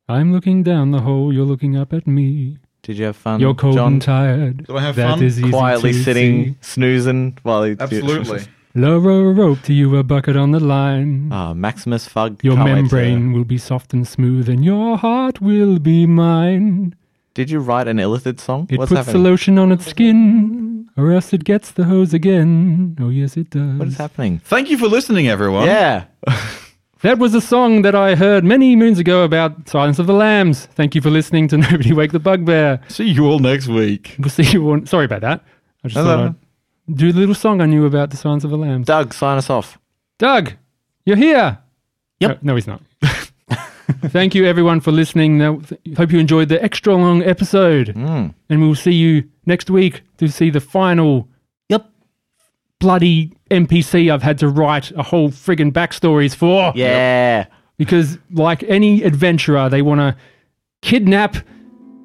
I'm looking down the hole. You're looking up at me.
Did you have fun,
You're cold
John?
and tired.
Do I have
That
fun?
is easy
Quietly
to
sitting,
see.
snoozing while he
Absolutely.
Lower a rope to you, a bucket on the line.
Ah, Maximus Fug.
Your
can't wait to-
membrane will be soft and smooth, and your heart will be mine.
Did you write an illithid song?
It
What's
puts
happening?
the lotion on its skin, or else it gets the hose again. Oh, yes, it does.
what is happening?
Thank you for listening, everyone.
Yeah.
That was a song that I heard many moons ago about Silence of the Lambs. Thank you for listening to Nobody Wake the Bugbear.
See you all next week.
We'll see you on. Sorry about that. I just
No,
thought
no,
I'd do a little song I knew about the Silence of the Lambs.
Doug, sign us off.
Doug, you're here. Yep. No, no, he's not. Thank you, everyone, for listening. Now, th- hope you enjoyed the extra long episode.
Mm.
And we'll see you next week to see the final
Yep.
bloody NPC I've had to write a whole friggin' backstories for.
Yeah.
Because, like any adventurer, they want to kidnap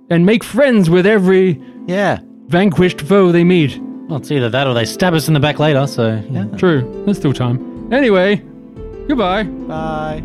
and make friends with every
Yeah.
vanquished foe they meet.
Well, it's either that or they stab us in the back later, so. yeah.
True. There's still time. Anyway, goodbye.
Bye.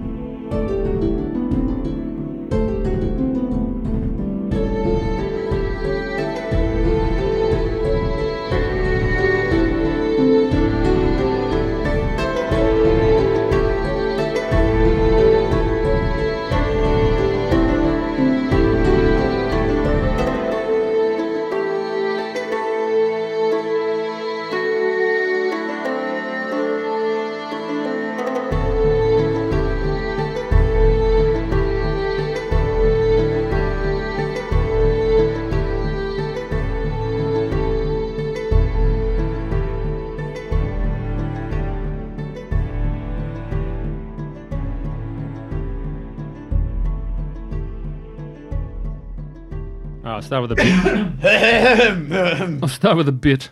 All right, Ah, I'll start with a bit. I'll start with a bit.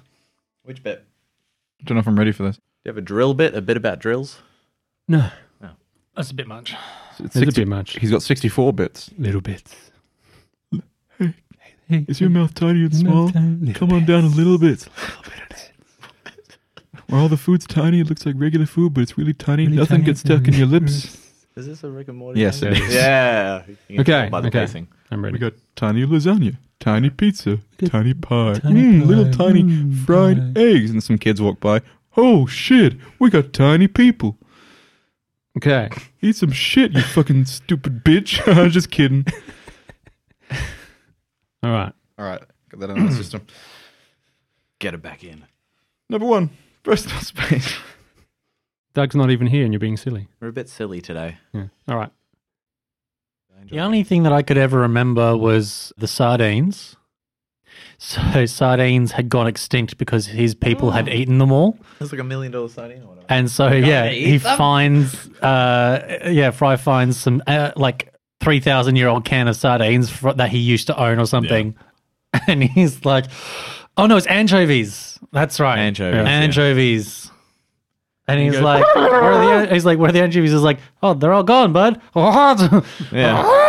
Which bit?
don't know if I'm ready for this.
Do you have a drill bit? A bit about drills?
No,
That's a bit much.
It's
it's a
60
bit much.
He's got 64 bits.
Little bits.
Is your mouth tiny and small?
Little
Come on down a little bit. Where all the food's tiny, it looks like regular food, but it's really tiny.
Really
Nothing
tiny.
gets stuck in your lips.
Is this a Rick and Morty?
Yes,
thing?
it is.
Yeah. You can
Okay,
tell By the
okay.
pacing.
I'm
We
ready.
got tiny lasagna, tiny pizza,
Good.
tiny pie,
Tiny
Mm,
pie.
little tiny
Mm,
fried
pie.
eggs, and some kids walk by. Oh shit, we got tiny people.
Okay.
Eat some shit, you fucking stupid bitch. Just kidding.
All right.
All right. Got that in the system.
Get it back in.
Number one, personal space.
Doug's not even here and you're being silly.
We're a bit silly today.
Yeah. All right.
I enjoy
The only thing that I could ever remember was the sardines. So sardines had gone extinct because his people had eaten them all,
it. It's like a million dollar signing or whatever.
and so yeah, he finds uh yeah, Fry finds some uh, like three thousand year old can of sardines fr- that he used to own or something, and he's like, "Oh no, it's anchovies. That's right,
Anchovies, yeah.
anchovies." And he's like, where are the, an-" he's like, where are the anchovies? He's like, oh, they're all gone, bud.
Yeah.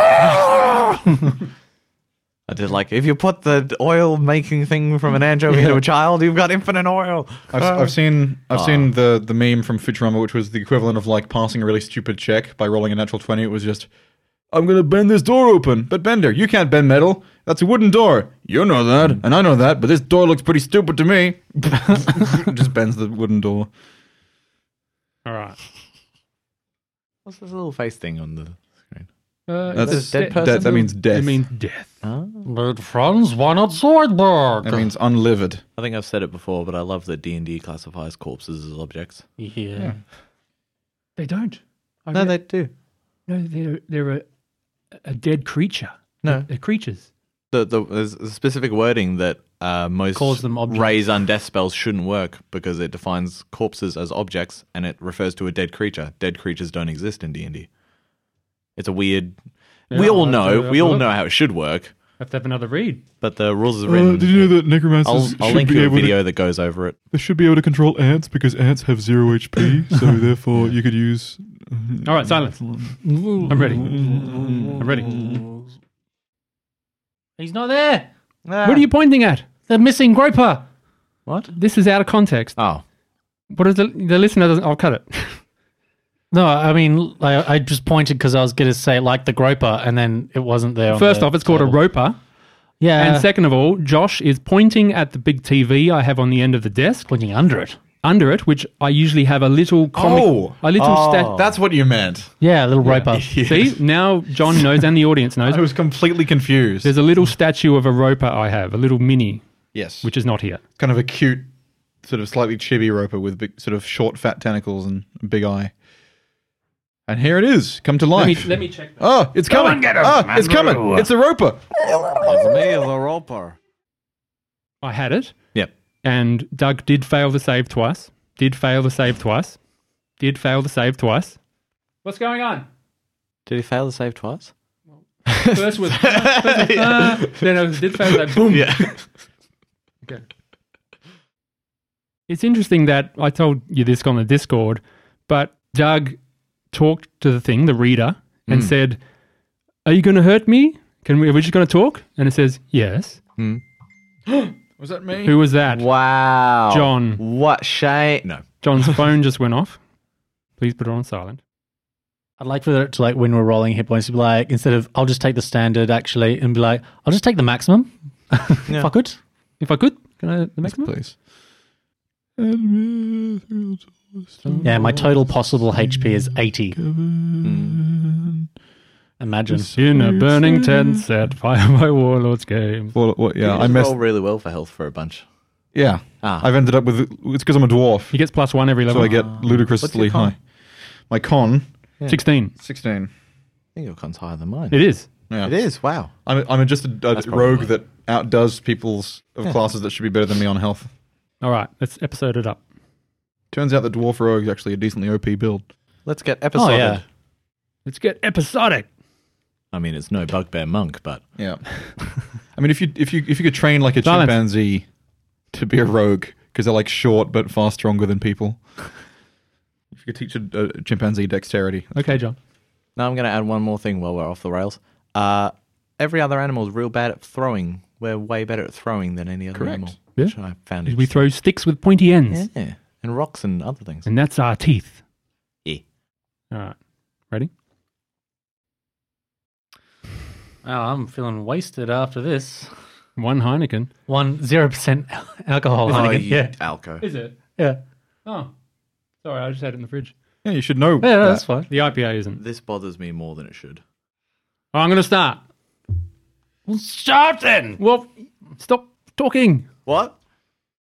I did like if you put the oil making thing from an anchovy to a child, you've got infinite oil.
I've,
Oh.
I've seen I've seen the the meme from Futurama, which was the equivalent of like passing a really stupid check by rolling a natural twenty. It was just, I'm gonna bend this door open, but Bender, you can't bend metal. That's a wooden door. You know that, and I know that, but this door looks pretty stupid to me. just bends the wooden door.
All right.
What's this little face thing on the screen?
Uh,
That's
it's
dead
de-
person.
That, that means death.
It means death.
But Franz, why not Zoidberg?
that means unlivered.
I think I've said it before, but I love that D and D classifies corpses as objects.
Yeah.
They don't. I
No,
re-
they do.
no, they're, they're a, a dead creature.
No,
They're creatures.
the, the there's a specific wording that uh, most
Calls them objects.
raise undeath spells shouldn't work because it defines corpses as objects and it refers to a dead creature. Dead creatures don't exist in D and D. It's a weird. we
Yeah,
all
that's
know.
a-
We all
look.
know how it should work,
Have to have another read.
but the rules are
Uh,
written.
did you know that
I'll,
necromancers
I'll
should
link
be
you a
able to-
video that goes over it.
they should be able to control ants because ants have zero HP, so therefore you could use.
Mm-hmm.
All right, silence. I'm ready. I'm ready.
He's not there.
Ah,
What are you pointing at?
The missing groper.
What?
This is out of context.
Oh,
What is the the listener doesn't? I'll cut it.
No, I mean, I, I just pointed because I was going to say like the groper, and then it wasn't there. Uh. on
First
the
off, it's called a
table.
roper,
Yeah,
and second of all, Josh is pointing at the big TV I have on the end of the desk
pointing under it.
under it, which I usually have a little comic,
Oh!
a little stat.
That's what you meant.
Yeah, a little roper.
See now, John knows, and the audience knows.
I was completely confused.
There's a little statue of a roper I have, a little mini,
yes.
which is not here.
Kind of a cute, sort of slightly chibi roper with big, sort of short, fat tentacles and a big eye. And here it is, come to life.
Let me check. That.
oh, it's coming!
and get 'em,
Ah, it's
Andrew.
coming! It's a roper!
me the roper.
I had it.
Yep.
And Doug did fail to save twice. Did fail to save twice. Did fail to save twice. What's going on?
Did he fail to save twice?
First was, uh, first was, uh, then I was, did fail like boom.
Yeah.
Okay. It's interesting that I told you this on the Discord, but Doug talked to the thing, the reader, and said, "Are you going to hurt me? Can we? Are we just going to talk?" And it says, "Yes."
Was that me?
Who was that?
Wow.
John.
What shame? No.
John's phone just went off. Please put it on silent.
I'd like for it to like when we're rolling hit points to be like instead of I'll just take the standard actually and be like I'll just take the maximum.
Yeah.
If I could.
If I could, can I the maximum?
Please.
Yeah, my total possible HP is eighty. Imagine.
In a burning tent set fire by warlords game.
Well, well, yeah, I
I
messed.
roll really well for health for a bunch.
Yeah,
Ah.
I've ended up with it's because I'm a dwarf,
He gets plus one every level.
so I get ludicrously
con?
high. My con
sixteen.
sixteen.
I think your con's higher than mine.
It is.
Yeah,
It is. Wow.
I'm, I'm just a, a
probably-
rogue that outdoes people's of classes that should be better than me on health.
All right, let's episode it up.
Turns out the dwarf rogue is actually a decently OP build.
Let's get episodic.
yeah.
Let's get episodic.
I mean, it's no bugbear monk, but
Yeah, I mean, if you if you if you could train like a
Silence.
chimpanzee to be a rogue because they're like short but far stronger than people. If you could teach a, a chimpanzee dexterity,
Okay, John.
now I'm going to add one more thing while we're off the rails. Uh, every other animal is real bad at throwing. We're way better at throwing than any other animal,
Yeah.
which I found
We
interesting.
throw sticks with pointy ends,
yeah, and rocks and other things.
and that's our teeth.
Yeah.
All right, ready?
Wow, Oh, I'm feeling wasted after this.
One Heineken.
One zero percent alcohol.
Oh,
Heineken.
you
Yeah,
Alco.
Is it?
yeah,
Oh, sorry, I just had it in the fridge.
yeah, you should know.
yeah.
that.
That's fine.
The IPA isn't.
This bothers me more than it should.
Oh, I'm going to start.
Well, stop then.
Well, stop talking.
What?